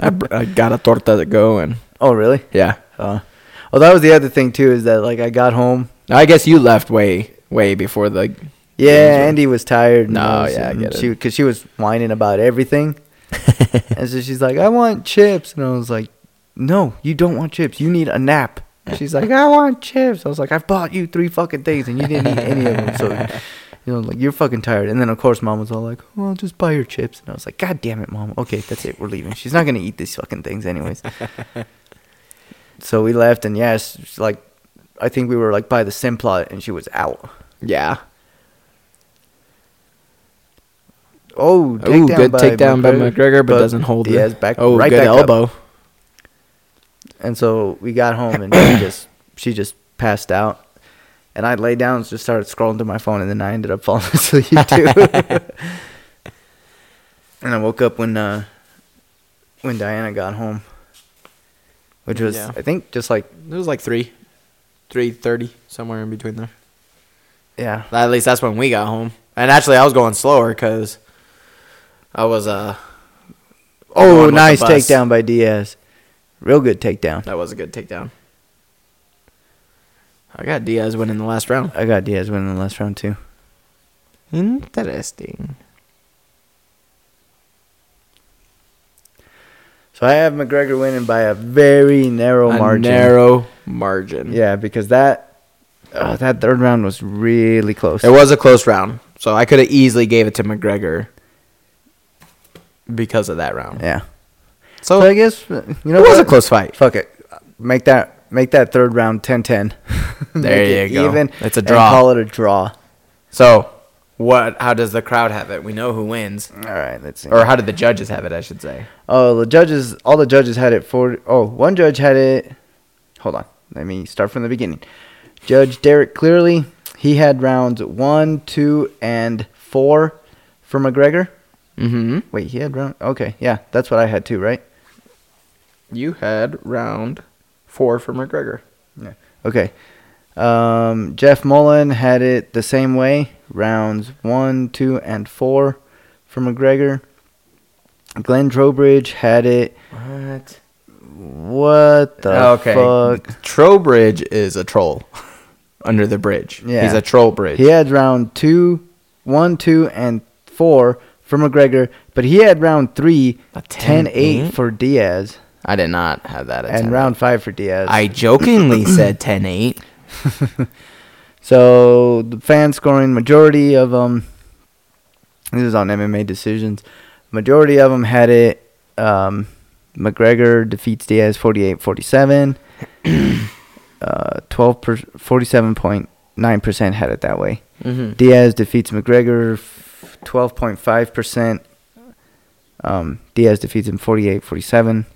Speaker 2: I, br- I got a torta to go and
Speaker 1: Oh, really?
Speaker 2: yeah.
Speaker 1: Uh, well, that was the other thing too is that like I got home.
Speaker 2: I guess you left way way before
Speaker 1: Yeah,
Speaker 2: the Things were-
Speaker 1: Andy was tired. and
Speaker 2: No,
Speaker 1: all this,
Speaker 2: yeah, I
Speaker 1: and
Speaker 2: get it.
Speaker 1: She because she was whining about everything, and so she's like, "I want chips," and I was like, "No, you don't want chips. You need a nap." She's like, "I want chips." I was like, "I bought you three fucking things, and you didn't eat any of them." So, you know, like you're fucking tired. And then of course, mom was all like, "Well, just buy your chips," and I was like, "God damn it, mom. Okay, that's it. We're leaving. She's not gonna eat these fucking things anyways." so we left, and yes, like I think we were like by the sim plot, and she was out.
Speaker 2: yeah.
Speaker 1: Oh,
Speaker 2: Ooh,
Speaker 1: takedown
Speaker 2: good
Speaker 1: by
Speaker 2: takedown by McGregor, but, doesn't hold it.
Speaker 1: Diaz back,
Speaker 2: oh,
Speaker 1: right
Speaker 2: good
Speaker 1: back elbow.
Speaker 2: elbow.
Speaker 1: And so we got home and she just she just passed out, and I lay down and just started scrolling through my phone, and then I ended up falling asleep too. and I woke up when uh, when Diana got home, which was
Speaker 2: Yeah.
Speaker 1: I think just like
Speaker 2: It was like three, three thirty somewhere in between there.
Speaker 1: yeah
Speaker 2: At least that's when we got home. And actually, I was going slower because I was uh. going
Speaker 1: oh
Speaker 2: with the
Speaker 1: nice
Speaker 2: bus.
Speaker 1: takedown by Diaz, real good takedown.
Speaker 2: That was a good takedown. I got Diaz winning the last round.
Speaker 1: I got Diaz winning the last round too.
Speaker 2: Interesting.
Speaker 1: So I have McGregor winning by a very narrow
Speaker 2: A
Speaker 1: margin.
Speaker 2: narrow margin.
Speaker 1: Yeah, because that uh, that third round was really close.
Speaker 2: It was a close round, so I could have easily gave it to McGregor because of that round.
Speaker 1: Yeah.
Speaker 2: So,
Speaker 1: So I guess uh, you know
Speaker 2: it was
Speaker 1: what?
Speaker 2: a close fight.
Speaker 1: Fuck it. Make that make that third round 10-10. Make
Speaker 2: There
Speaker 1: it
Speaker 2: you go.
Speaker 1: Even
Speaker 2: It's a
Speaker 1: and
Speaker 2: draw.
Speaker 1: call it a draw.
Speaker 2: So, what? How does the crowd have it? We know who wins,
Speaker 1: All right, let's see.
Speaker 2: or how did the judges have it? I should say.
Speaker 1: Oh, the judges. All the judges had it for. Oh, one judge had it. Hold on. Let me start from the beginning. Judge Derek Clearly, he had rounds one, two, and four for McGregor.
Speaker 2: Mm-hmm.
Speaker 1: Wait, he had round. Okay, yeah, that's what I had too, right?
Speaker 2: You had round four for McGregor.
Speaker 1: Yeah. Okay. Um, Jeff Mullen had it the same way. Rounds one, two, and four for McGregor. Glenn Trowbridge had it.
Speaker 2: What?
Speaker 1: What the
Speaker 2: Ah, okay.
Speaker 1: fuck?
Speaker 2: Trowbridge is a troll under the bridge.
Speaker 1: Yeah.
Speaker 2: He's a troll bridge.
Speaker 1: He had round two, one, two, and four for McGregor, but he had round three,
Speaker 2: A
Speaker 1: 10
Speaker 2: 10-8?
Speaker 1: 8 for Diaz,
Speaker 2: I did not have that. At
Speaker 1: and
Speaker 2: 10.
Speaker 1: round five for Diaz.
Speaker 2: I jokingly said 10-8.
Speaker 1: So the fan scoring majority of them. This is on MMA decisions. Majority of them had it. Um, McGregor defeats Diaz 48-47. uh, 12 per, 47.9% had it that way.
Speaker 2: Mm-hmm.
Speaker 1: Diaz defeats McGregor f- 12.5%. Um, Diaz defeats him 48-47.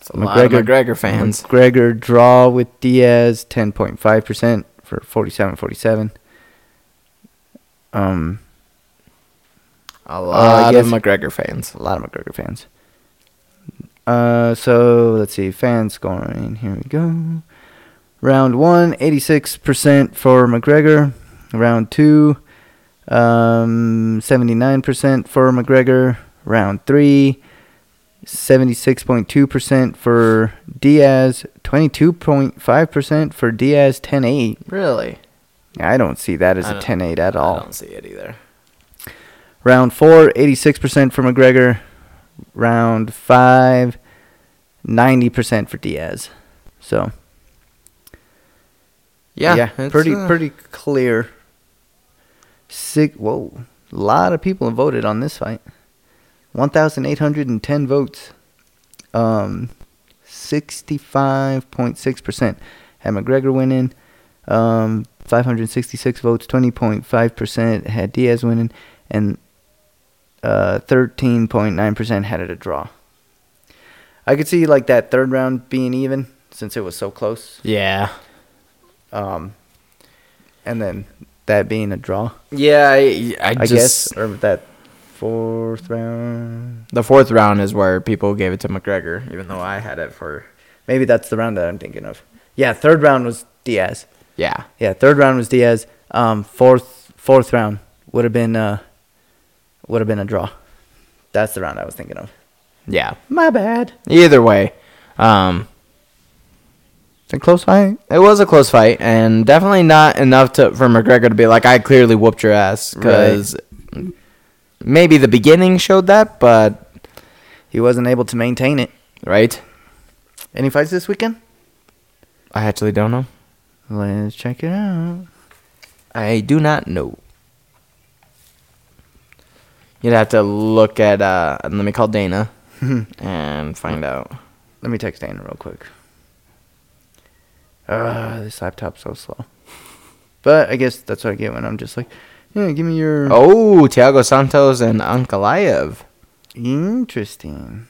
Speaker 2: It's a lot of
Speaker 1: McGregor-
Speaker 2: McGregor fans.
Speaker 1: McGregor draw with Diaz, 10.5% for 47 47. Um,
Speaker 2: A
Speaker 1: lot of
Speaker 2: McGregor fans.
Speaker 1: a lot of McGregor fans. Uh, so let's see, fan scoring. Here we go. Round one, 86% for McGregor. Round two, um, 79% for McGregor. Round three, 76.2% for Diaz. 22.5% for Diaz 10 8.
Speaker 2: Really?
Speaker 1: I don't see that as
Speaker 2: I
Speaker 1: a
Speaker 2: don't-
Speaker 1: 10 8 at all.
Speaker 2: I don't see it either.
Speaker 1: Round four, 86% for McGregor. Round five, 90% for Diaz. So,
Speaker 2: Yeah, it's,
Speaker 1: pretty
Speaker 2: uh,
Speaker 1: pretty clear. Sick. Whoa. A lot of people voted on this fight. 1,810 votes. Um, 65.6% had McGregor winning. Um, 566 votes, 20.5% had Diaz winning. And uh, 13.9% had it a draw. I could see like that third round being even since it was so close.
Speaker 2: Yeah,
Speaker 1: Um, and then that being a draw,
Speaker 2: Yeah, I, I,
Speaker 1: I
Speaker 2: just
Speaker 1: guess, or that fourth round.
Speaker 2: the fourth round is where people gave it to McGregor, even though I had it for
Speaker 1: Maybe that's the round that I'm thinking of. Yeah, third round was Diaz.
Speaker 2: yeah.
Speaker 1: Yeah, third round was Diaz. Um, fourth fourth round would have been uh, would have been a draw. That's the round I was thinking of.
Speaker 2: Yeah.
Speaker 1: My bad.
Speaker 2: Either way, um,
Speaker 1: It's a close fight.
Speaker 2: it was a close fight, and definitely not enough to for McGregor to be like, "I clearly whooped your ass," because maybe the beginning showed that, but
Speaker 1: He wasn't able to maintain it.
Speaker 2: right?
Speaker 1: Any fights this weekend?
Speaker 2: I actually don't know.
Speaker 1: Let's check it out.
Speaker 2: I do not know. You'd have to look at. Uh, let me call Dana
Speaker 1: Hmm.
Speaker 2: and find out.
Speaker 1: Let me text Dana real quick. Ah, this laptop's so slow. But I guess that's what I get when I'm just like, yeah, give me your.
Speaker 2: Oh, Thiago Santos and Ankalaev.
Speaker 1: Interesting.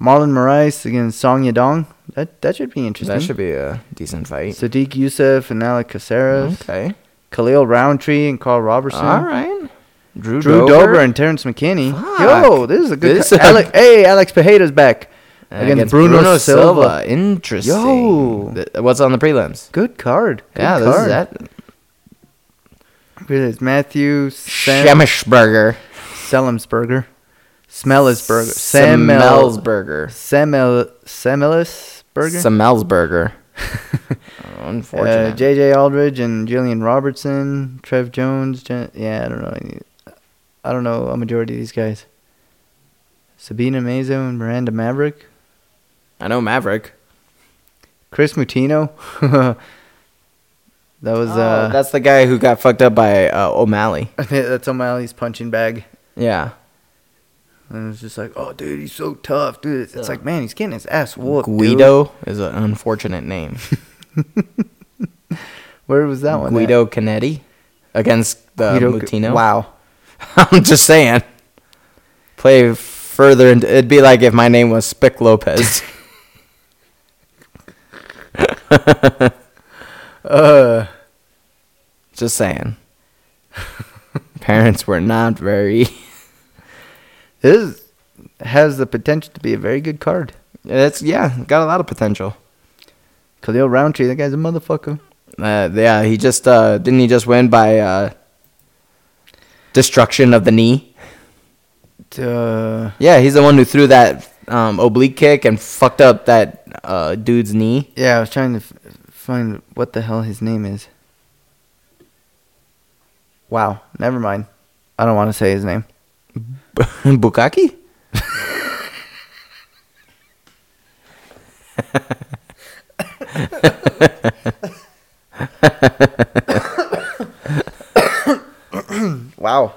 Speaker 1: Marlon Moraes against Song Yadong. That that should be interesting.
Speaker 2: That should be a decent fight.
Speaker 1: Sadiq Youssef and Alec Caceres.
Speaker 2: Okay.
Speaker 1: Khalil Roundtree and Carl Robertson.
Speaker 2: All right. Drew,
Speaker 1: Drew
Speaker 2: Dober.
Speaker 1: Dober, and Terrence McKinney.
Speaker 2: Fuck.
Speaker 1: Yo, this is a good.
Speaker 2: This
Speaker 1: co-
Speaker 2: is a-
Speaker 1: Alec- hey, Alex Pereira's back
Speaker 2: against, Bruno, Silva. Interesting.
Speaker 1: Yo.
Speaker 2: Th- What's on the prelims?
Speaker 1: Good card. Good
Speaker 2: yeah, this is
Speaker 1: card.
Speaker 2: that.
Speaker 1: Here it is. Matthew Sam-
Speaker 2: Shemishberger.
Speaker 1: Selimsberger. Smellisberger. Sam
Speaker 2: Samelsberger.
Speaker 1: Samel Samelisberger.
Speaker 2: Samelsberger.
Speaker 1: Uh,
Speaker 2: Oh, Unfortunate.
Speaker 1: J.J. Aldridge and Jillian Robertson, Trev Jones. Jen- yeah, I don't know. any- I don't know a majority of these guys. Sabina Mazo and Miranda Maverick.
Speaker 2: I know Maverick.
Speaker 1: Chris Mutino. that was
Speaker 2: Oh,
Speaker 1: uh,
Speaker 2: that's the guy who got fucked up by uh, O'Malley.
Speaker 1: that's-, O'Malley's punching bag.
Speaker 2: Yeah.
Speaker 1: And it's just like, oh, dude, he's so tough, dude. It's, it's like, man, he's getting his ass whooped. dude.
Speaker 2: Guido is an unfortunate name.
Speaker 1: Where was that one? at?
Speaker 2: Guido Canetti against the
Speaker 1: Guido-
Speaker 2: Mutino.
Speaker 1: Wow.
Speaker 2: I'm just saying. Play further, and it'd be like if my name was Spick Lopez.
Speaker 1: Uh,
Speaker 2: just saying. Parents were not very.
Speaker 1: this has the potential to be a very good card.
Speaker 2: It's yeah, got a lot of potential.
Speaker 1: Khalil Roundtree, that guy's a motherfucker.
Speaker 2: Uh, yeah, he just uh, didn't he just win by uh, destruction of the knee.
Speaker 1: Uh,
Speaker 2: Yeah, he's the one who threw that um, oblique kick and fucked up that uh, dude's knee.
Speaker 1: yeah, I was trying to f- find what the hell his name is. Wow, never mind. I don't want to say his name.
Speaker 2: Bukaki.
Speaker 1: Wow.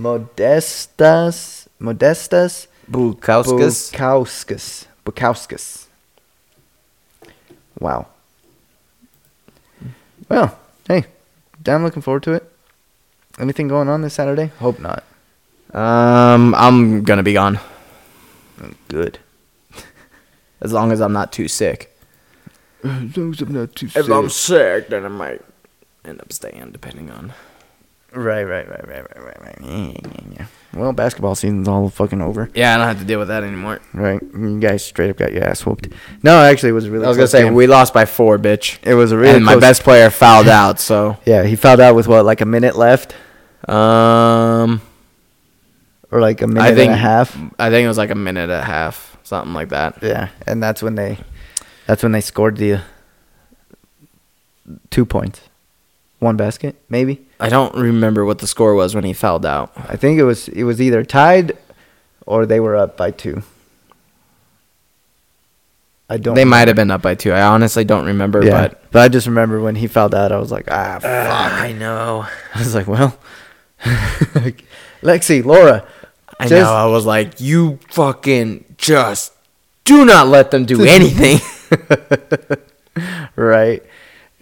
Speaker 1: Modestas, Modestas
Speaker 2: Bukowskis.
Speaker 1: Bukowskis. Bukowskis. Wow. Well, hey, I'm looking forward to it. Anything going on this Saturday? Hope not.
Speaker 2: Um, I'm gonna be gone
Speaker 1: Good.
Speaker 2: as long as I'm not too sick.
Speaker 1: As long as I'm not too
Speaker 2: sick, then I might end up staying, depending on.
Speaker 1: Right, right, right, right, right, right, right. Yeah, yeah, yeah, yeah. Well, basketball season's all fucking over,
Speaker 2: Yeah, I don't have to deal with that anymore.
Speaker 1: right? You guys straight up got your ass whooped. No, actually, it was a really.
Speaker 2: I was gonna
Speaker 1: close
Speaker 2: say
Speaker 1: game.
Speaker 2: we lost by four, bitch.
Speaker 1: It was a really.
Speaker 2: and my
Speaker 1: close-
Speaker 2: best player fouled out, so
Speaker 1: Yeah, he fouled out with what, like a minute left,
Speaker 2: um,
Speaker 1: or like a minute
Speaker 2: I think
Speaker 1: and a half.
Speaker 2: I think it was like a minute and a half, something like that.
Speaker 1: Yeah, and that's when they, that's when they scored the two points, one basket maybe.
Speaker 2: I don't remember what the score was when he fouled out.
Speaker 1: I think it was it was either tied, or they were up by two. I don't.
Speaker 2: They might have been up by two. I honestly don't remember,
Speaker 1: Yeah,
Speaker 2: but
Speaker 1: but, I just remember when he fouled out, I was like, ah, fuck. I know. I was like, well, Lexi, Laura,
Speaker 2: I
Speaker 1: Just-
Speaker 2: know I was like, you fucking just do not let them do anything.
Speaker 1: right?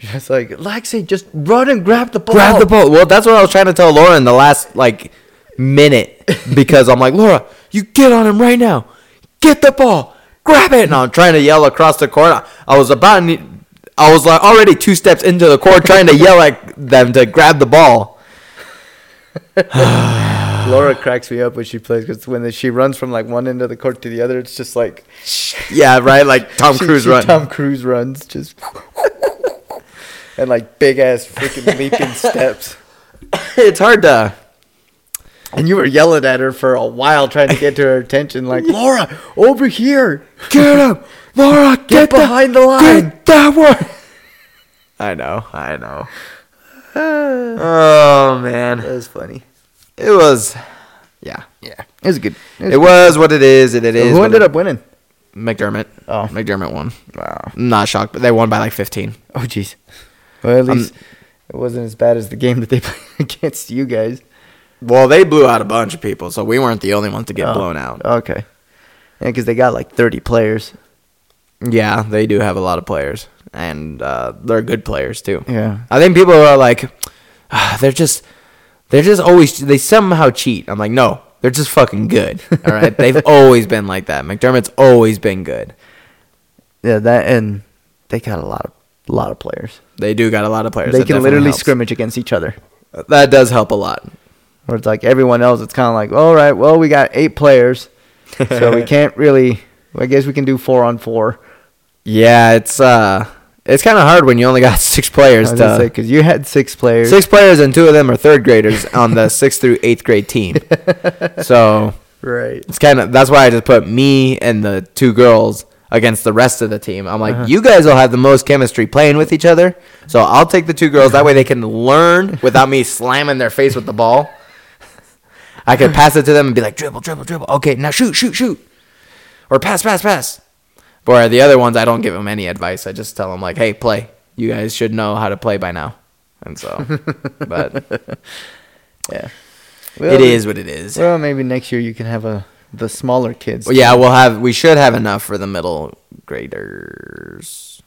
Speaker 1: Just like Lexi, just run and grab the ball.
Speaker 2: grab the ball. Well, that's what I was trying to tell Laura in the last like minute because I'm like, Laura, you get on him right now. Get the ball. Grab it. And I'm trying to yell across the court. I, I was about. ne- I was like already two steps into the court trying to yell at them to grab the ball.
Speaker 1: Laura cracks me up when she plays because when she runs from like one end of the court to the other, it's just like
Speaker 2: Yeah, right. Like Tom
Speaker 1: she-
Speaker 2: Cruise
Speaker 1: she
Speaker 2: run.
Speaker 1: Tom Cruise runs just and like big ass freaking leaping steps.
Speaker 2: it's hard to.
Speaker 1: And you were yelling at her for a while trying to get to her attention, like Laura, over here,
Speaker 2: Get him, Laura. Get,
Speaker 1: get behind the line.
Speaker 2: that one. I know. I know. oh man,
Speaker 1: That was funny.
Speaker 2: it was. Yeah,
Speaker 1: Yeah, it was good. It was
Speaker 2: it was what it is, and it
Speaker 1: good.
Speaker 2: is.
Speaker 1: Who
Speaker 2: what
Speaker 1: ended
Speaker 2: it-
Speaker 1: up winning?
Speaker 2: McDermott.
Speaker 1: Oh.
Speaker 2: McDermott won.
Speaker 1: Wow.
Speaker 2: I'm not shocked, but they won by like 15.
Speaker 1: Oh, jeez. Well, at least it wasn't as bad as the game that they played against you guys.
Speaker 2: Well, they blew out a bunch of people, so we weren't the only ones to get
Speaker 1: Oh,
Speaker 2: blown out.
Speaker 1: Okay. Yeah, because they got like 30 players.
Speaker 2: Yeah, they do have a lot of players, and uh, they're good players too.
Speaker 1: Yeah.
Speaker 2: I think people are like, "Ah, they're just, they're just always, they somehow cheat. I'm like, no, they're just fucking good. All right, they've always been like that. McDermott's always been good.
Speaker 1: Yeah, that and they got a lot of lot of players.
Speaker 2: They do got a lot of players.
Speaker 1: they
Speaker 2: That
Speaker 1: can
Speaker 2: definitely
Speaker 1: literally
Speaker 2: helps.
Speaker 1: scrimmage against each other.
Speaker 2: That does help a lot.
Speaker 1: Where it's like everyone else, it's kind of like, all right, well, we got eight players, so we can't really. I guess we can do four on four.
Speaker 2: Yeah, it's uh, it's kind of hard when you only got six players. to,
Speaker 1: Because you had six players.
Speaker 2: Six players and two of them are third graders on the sixth through eighth grade team. So
Speaker 1: Right.
Speaker 2: it's kind of that's why I just put me and the two girls against the rest of the team. I'm like, you guys will have the most chemistry playing with each other. So I'll take the two girls. That way they can learn without me slamming their face with the ball. I could pass it to them and be like, dribble, dribble, dribble. Okay, now shoot, shoot, shoot. Or pass, pass, pass. Where the other ones, I don't give them any advice. I just tell them, like, hey, play. You guys should know how to play by now. And so, but
Speaker 1: Yeah.
Speaker 2: it is what it is.
Speaker 1: Well, maybe next year you can have a the smaller kids.
Speaker 2: Well, yeah, we'll have we should have enough for the middle graders.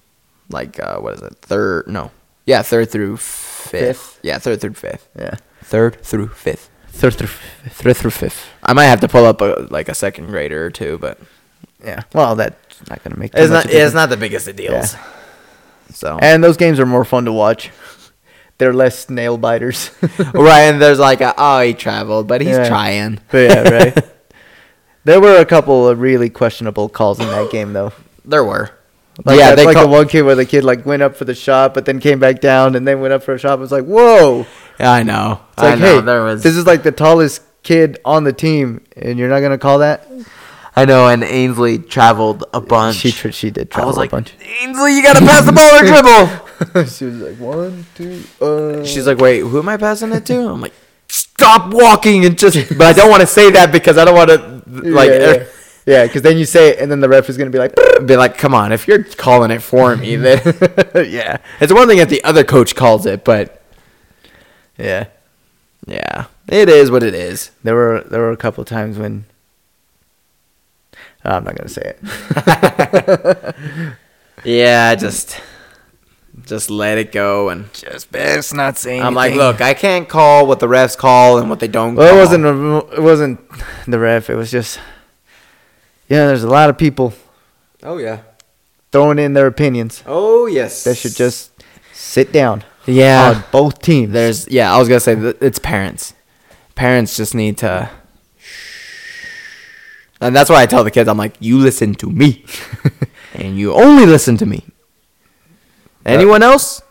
Speaker 2: Like uh, what is it? Third? No, yeah, third through fifth.
Speaker 1: Fifth.
Speaker 2: Yeah, third through fifth.
Speaker 1: Yeah.
Speaker 2: Third through fifth.
Speaker 1: Third through
Speaker 2: Third through fifth. I might have to pull up a, like a second grader or two, but
Speaker 1: Yeah. Well, that's not gonna make. too
Speaker 2: it's
Speaker 1: much
Speaker 2: not
Speaker 1: of a
Speaker 2: it's not the biggest of deals.
Speaker 1: Yeah.
Speaker 2: So
Speaker 1: difference. And those games are more fun to watch. They're less nail biters.
Speaker 2: right, and there's like a, oh he traveled, but he's
Speaker 1: Yeah.
Speaker 2: trying.
Speaker 1: But yeah, right. there were a couple of really questionable calls in that game, though.
Speaker 2: There were.
Speaker 1: Like
Speaker 2: yeah,
Speaker 1: that-
Speaker 2: they
Speaker 1: like
Speaker 2: call-
Speaker 1: the one kid where the kid like went up for the shot, but then came back down, and then went up for a shot. It was like, whoa! It's
Speaker 2: Yeah, I know. I
Speaker 1: like,
Speaker 2: know.
Speaker 1: hey,
Speaker 2: there was.
Speaker 1: this is like the tallest kid on the team, and you're not gonna call that?
Speaker 2: I know, and Ainsley traveled a bunch.
Speaker 1: She tr- she did
Speaker 2: I
Speaker 1: travel
Speaker 2: was like,
Speaker 1: a bunch.
Speaker 2: Ainsley, you gotta pass the ball or dribble.
Speaker 1: she was like one, two, uh.
Speaker 2: She's like, wait, who am I passing it to? I'm like, stop walking and just. But I don't want to say that because I don't want to like
Speaker 1: yeah, yeah, because then you say it, and then the ref is gonna be like,
Speaker 2: be like, come on, if you're calling it for me, then
Speaker 1: yeah,
Speaker 2: it's one thing if the other coach calls it, but
Speaker 1: yeah.
Speaker 2: yeah, it is what it is.
Speaker 1: There were there were a couple of times when I'm not gonna say it.
Speaker 2: Yeah, just just let it go and.
Speaker 1: Just best not saying.
Speaker 2: I'm like, look, I can't call what the refs call and what they don't.
Speaker 1: Well,
Speaker 2: call.
Speaker 1: it wasn't a, it wasn't the ref. It was just you know, there's a lot of people
Speaker 2: Oh yeah.
Speaker 1: throwing in their opinions.
Speaker 2: Oh yes.
Speaker 1: They should just sit down
Speaker 2: Yeah.
Speaker 1: on both teams.
Speaker 2: There's yeah, I was gonna say th- it's parents. Parents just need to, and that's why I tell the kids, I'm like, you listen to me, and you only listen to me. Anyone else?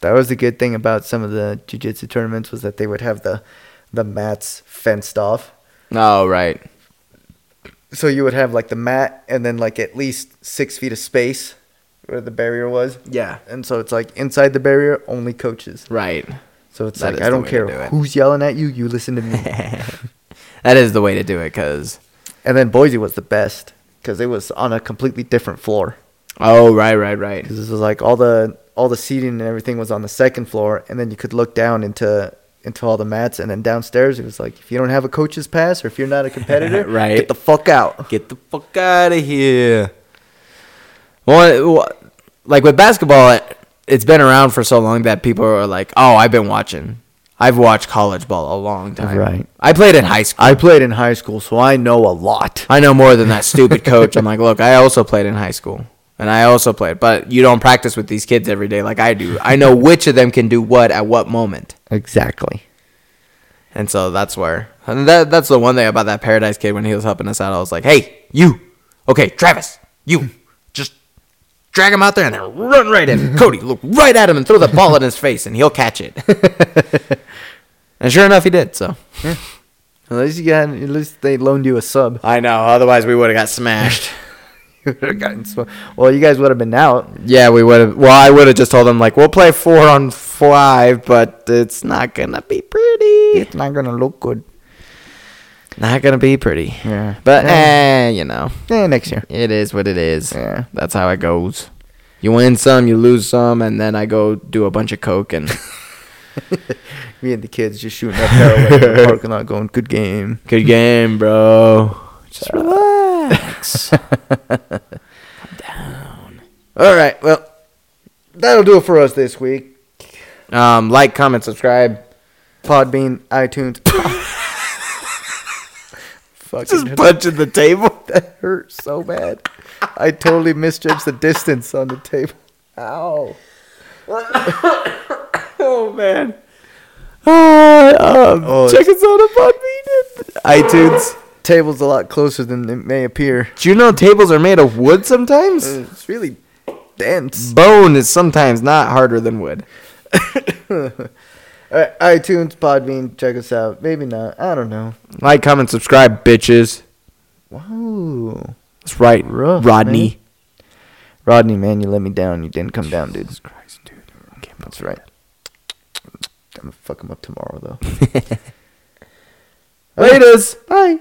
Speaker 1: that was the good thing about some of the jiu-jitsu tournaments was that they would have the the mats fenced off.
Speaker 2: Oh right,
Speaker 1: So you would have like the mat and then like at least six feet of space where the barrier was.
Speaker 2: Yeah.
Speaker 1: And so it's like inside the barrier only coaches.
Speaker 2: right.
Speaker 1: So it's
Speaker 2: That
Speaker 1: like
Speaker 2: is
Speaker 1: I
Speaker 2: the
Speaker 1: don't
Speaker 2: way to
Speaker 1: care
Speaker 2: do it.
Speaker 1: who's yelling at you, you listen to me.
Speaker 2: That is the way to do it, cause
Speaker 1: and then Boise was the best because it was on a completely different floor.
Speaker 2: oh right, right, right.
Speaker 1: because this was like all the all the seating and everything was on the second floor, and then you could look down into into all the mats, and then downstairs it was like if you don't have a coach's pass or if you're not a competitor,
Speaker 2: Right.
Speaker 1: get the fuck out.
Speaker 2: Get the fuck out of here. Well, wha- like with basketball, it- it's been around for so long that people are like, "Oh, I've been watching. I've watched college ball a long time.
Speaker 1: Right.
Speaker 2: I played in high school.
Speaker 1: I played in high school, so I know a lot.
Speaker 2: I know more than that stupid coach. I'm like, look, I also played in high school. and I also played. But you don't practice with these kids every day like I do. I know which of them can do what at what moment,
Speaker 1: Exactly.
Speaker 2: and so that's where and that that's the one thing about that Paradise kid when he was helping us out. I was like, hey, you, okay, Travis, you, just drag him out there and then run right at him. Cody, look right at him and throw the ball in his face, and he'll catch it. and sure enough, he did. So.
Speaker 1: Unless you got, at least they loaned you a sub.
Speaker 2: I know. Otherwise, we would have got smashed.
Speaker 1: You would have gotten sw- well, you guys would have been out.
Speaker 2: yeah, we would have. Well, I would have just told them like, we'll play four on five, but it's not gonna be pretty.
Speaker 1: It's not gonna look good.
Speaker 2: Not gonna be pretty.
Speaker 1: Yeah.
Speaker 2: But
Speaker 1: Yeah.
Speaker 2: eh, you know,
Speaker 1: Yeah, next year.
Speaker 2: it is what it is.
Speaker 1: Yeah.
Speaker 2: That's how it goes. You win some, you lose some, and then I go do a bunch of coke and
Speaker 1: Me and the kids just shooting up heroin in the parking lot, going, "Good game."
Speaker 2: good game, bro. Just relax. Calm down. All right. Well,
Speaker 1: That'll do it for us this week.
Speaker 2: um, like, comment, subscribe.
Speaker 1: Podbean, iTunes. Fucking
Speaker 2: Just punching the table.
Speaker 1: that hurt so bad. I totally misjudged the distance on the table. Ow.
Speaker 2: Oh man. Uh, um,
Speaker 1: Oh,
Speaker 2: check us out on Podbean and iTunes.
Speaker 1: Table's a lot closer than it may appear.
Speaker 2: Do you know tables are made of wood sometimes?
Speaker 1: It's really dense.
Speaker 2: Bone is sometimes not harder than wood.
Speaker 1: All right, Uh, iTunes, Podbean, check us out. Maybe not. I don't know.
Speaker 2: Like, comment, subscribe, bitches.
Speaker 1: Wow.
Speaker 2: That's right,
Speaker 1: Rough, man.
Speaker 2: Rodney.
Speaker 1: Rodney, man, you let me down. You didn't come down, dude.
Speaker 2: Christ, dude.
Speaker 1: That's right. I'm gonna fuck him up tomorrow, though.
Speaker 2: Laters.
Speaker 1: Bye.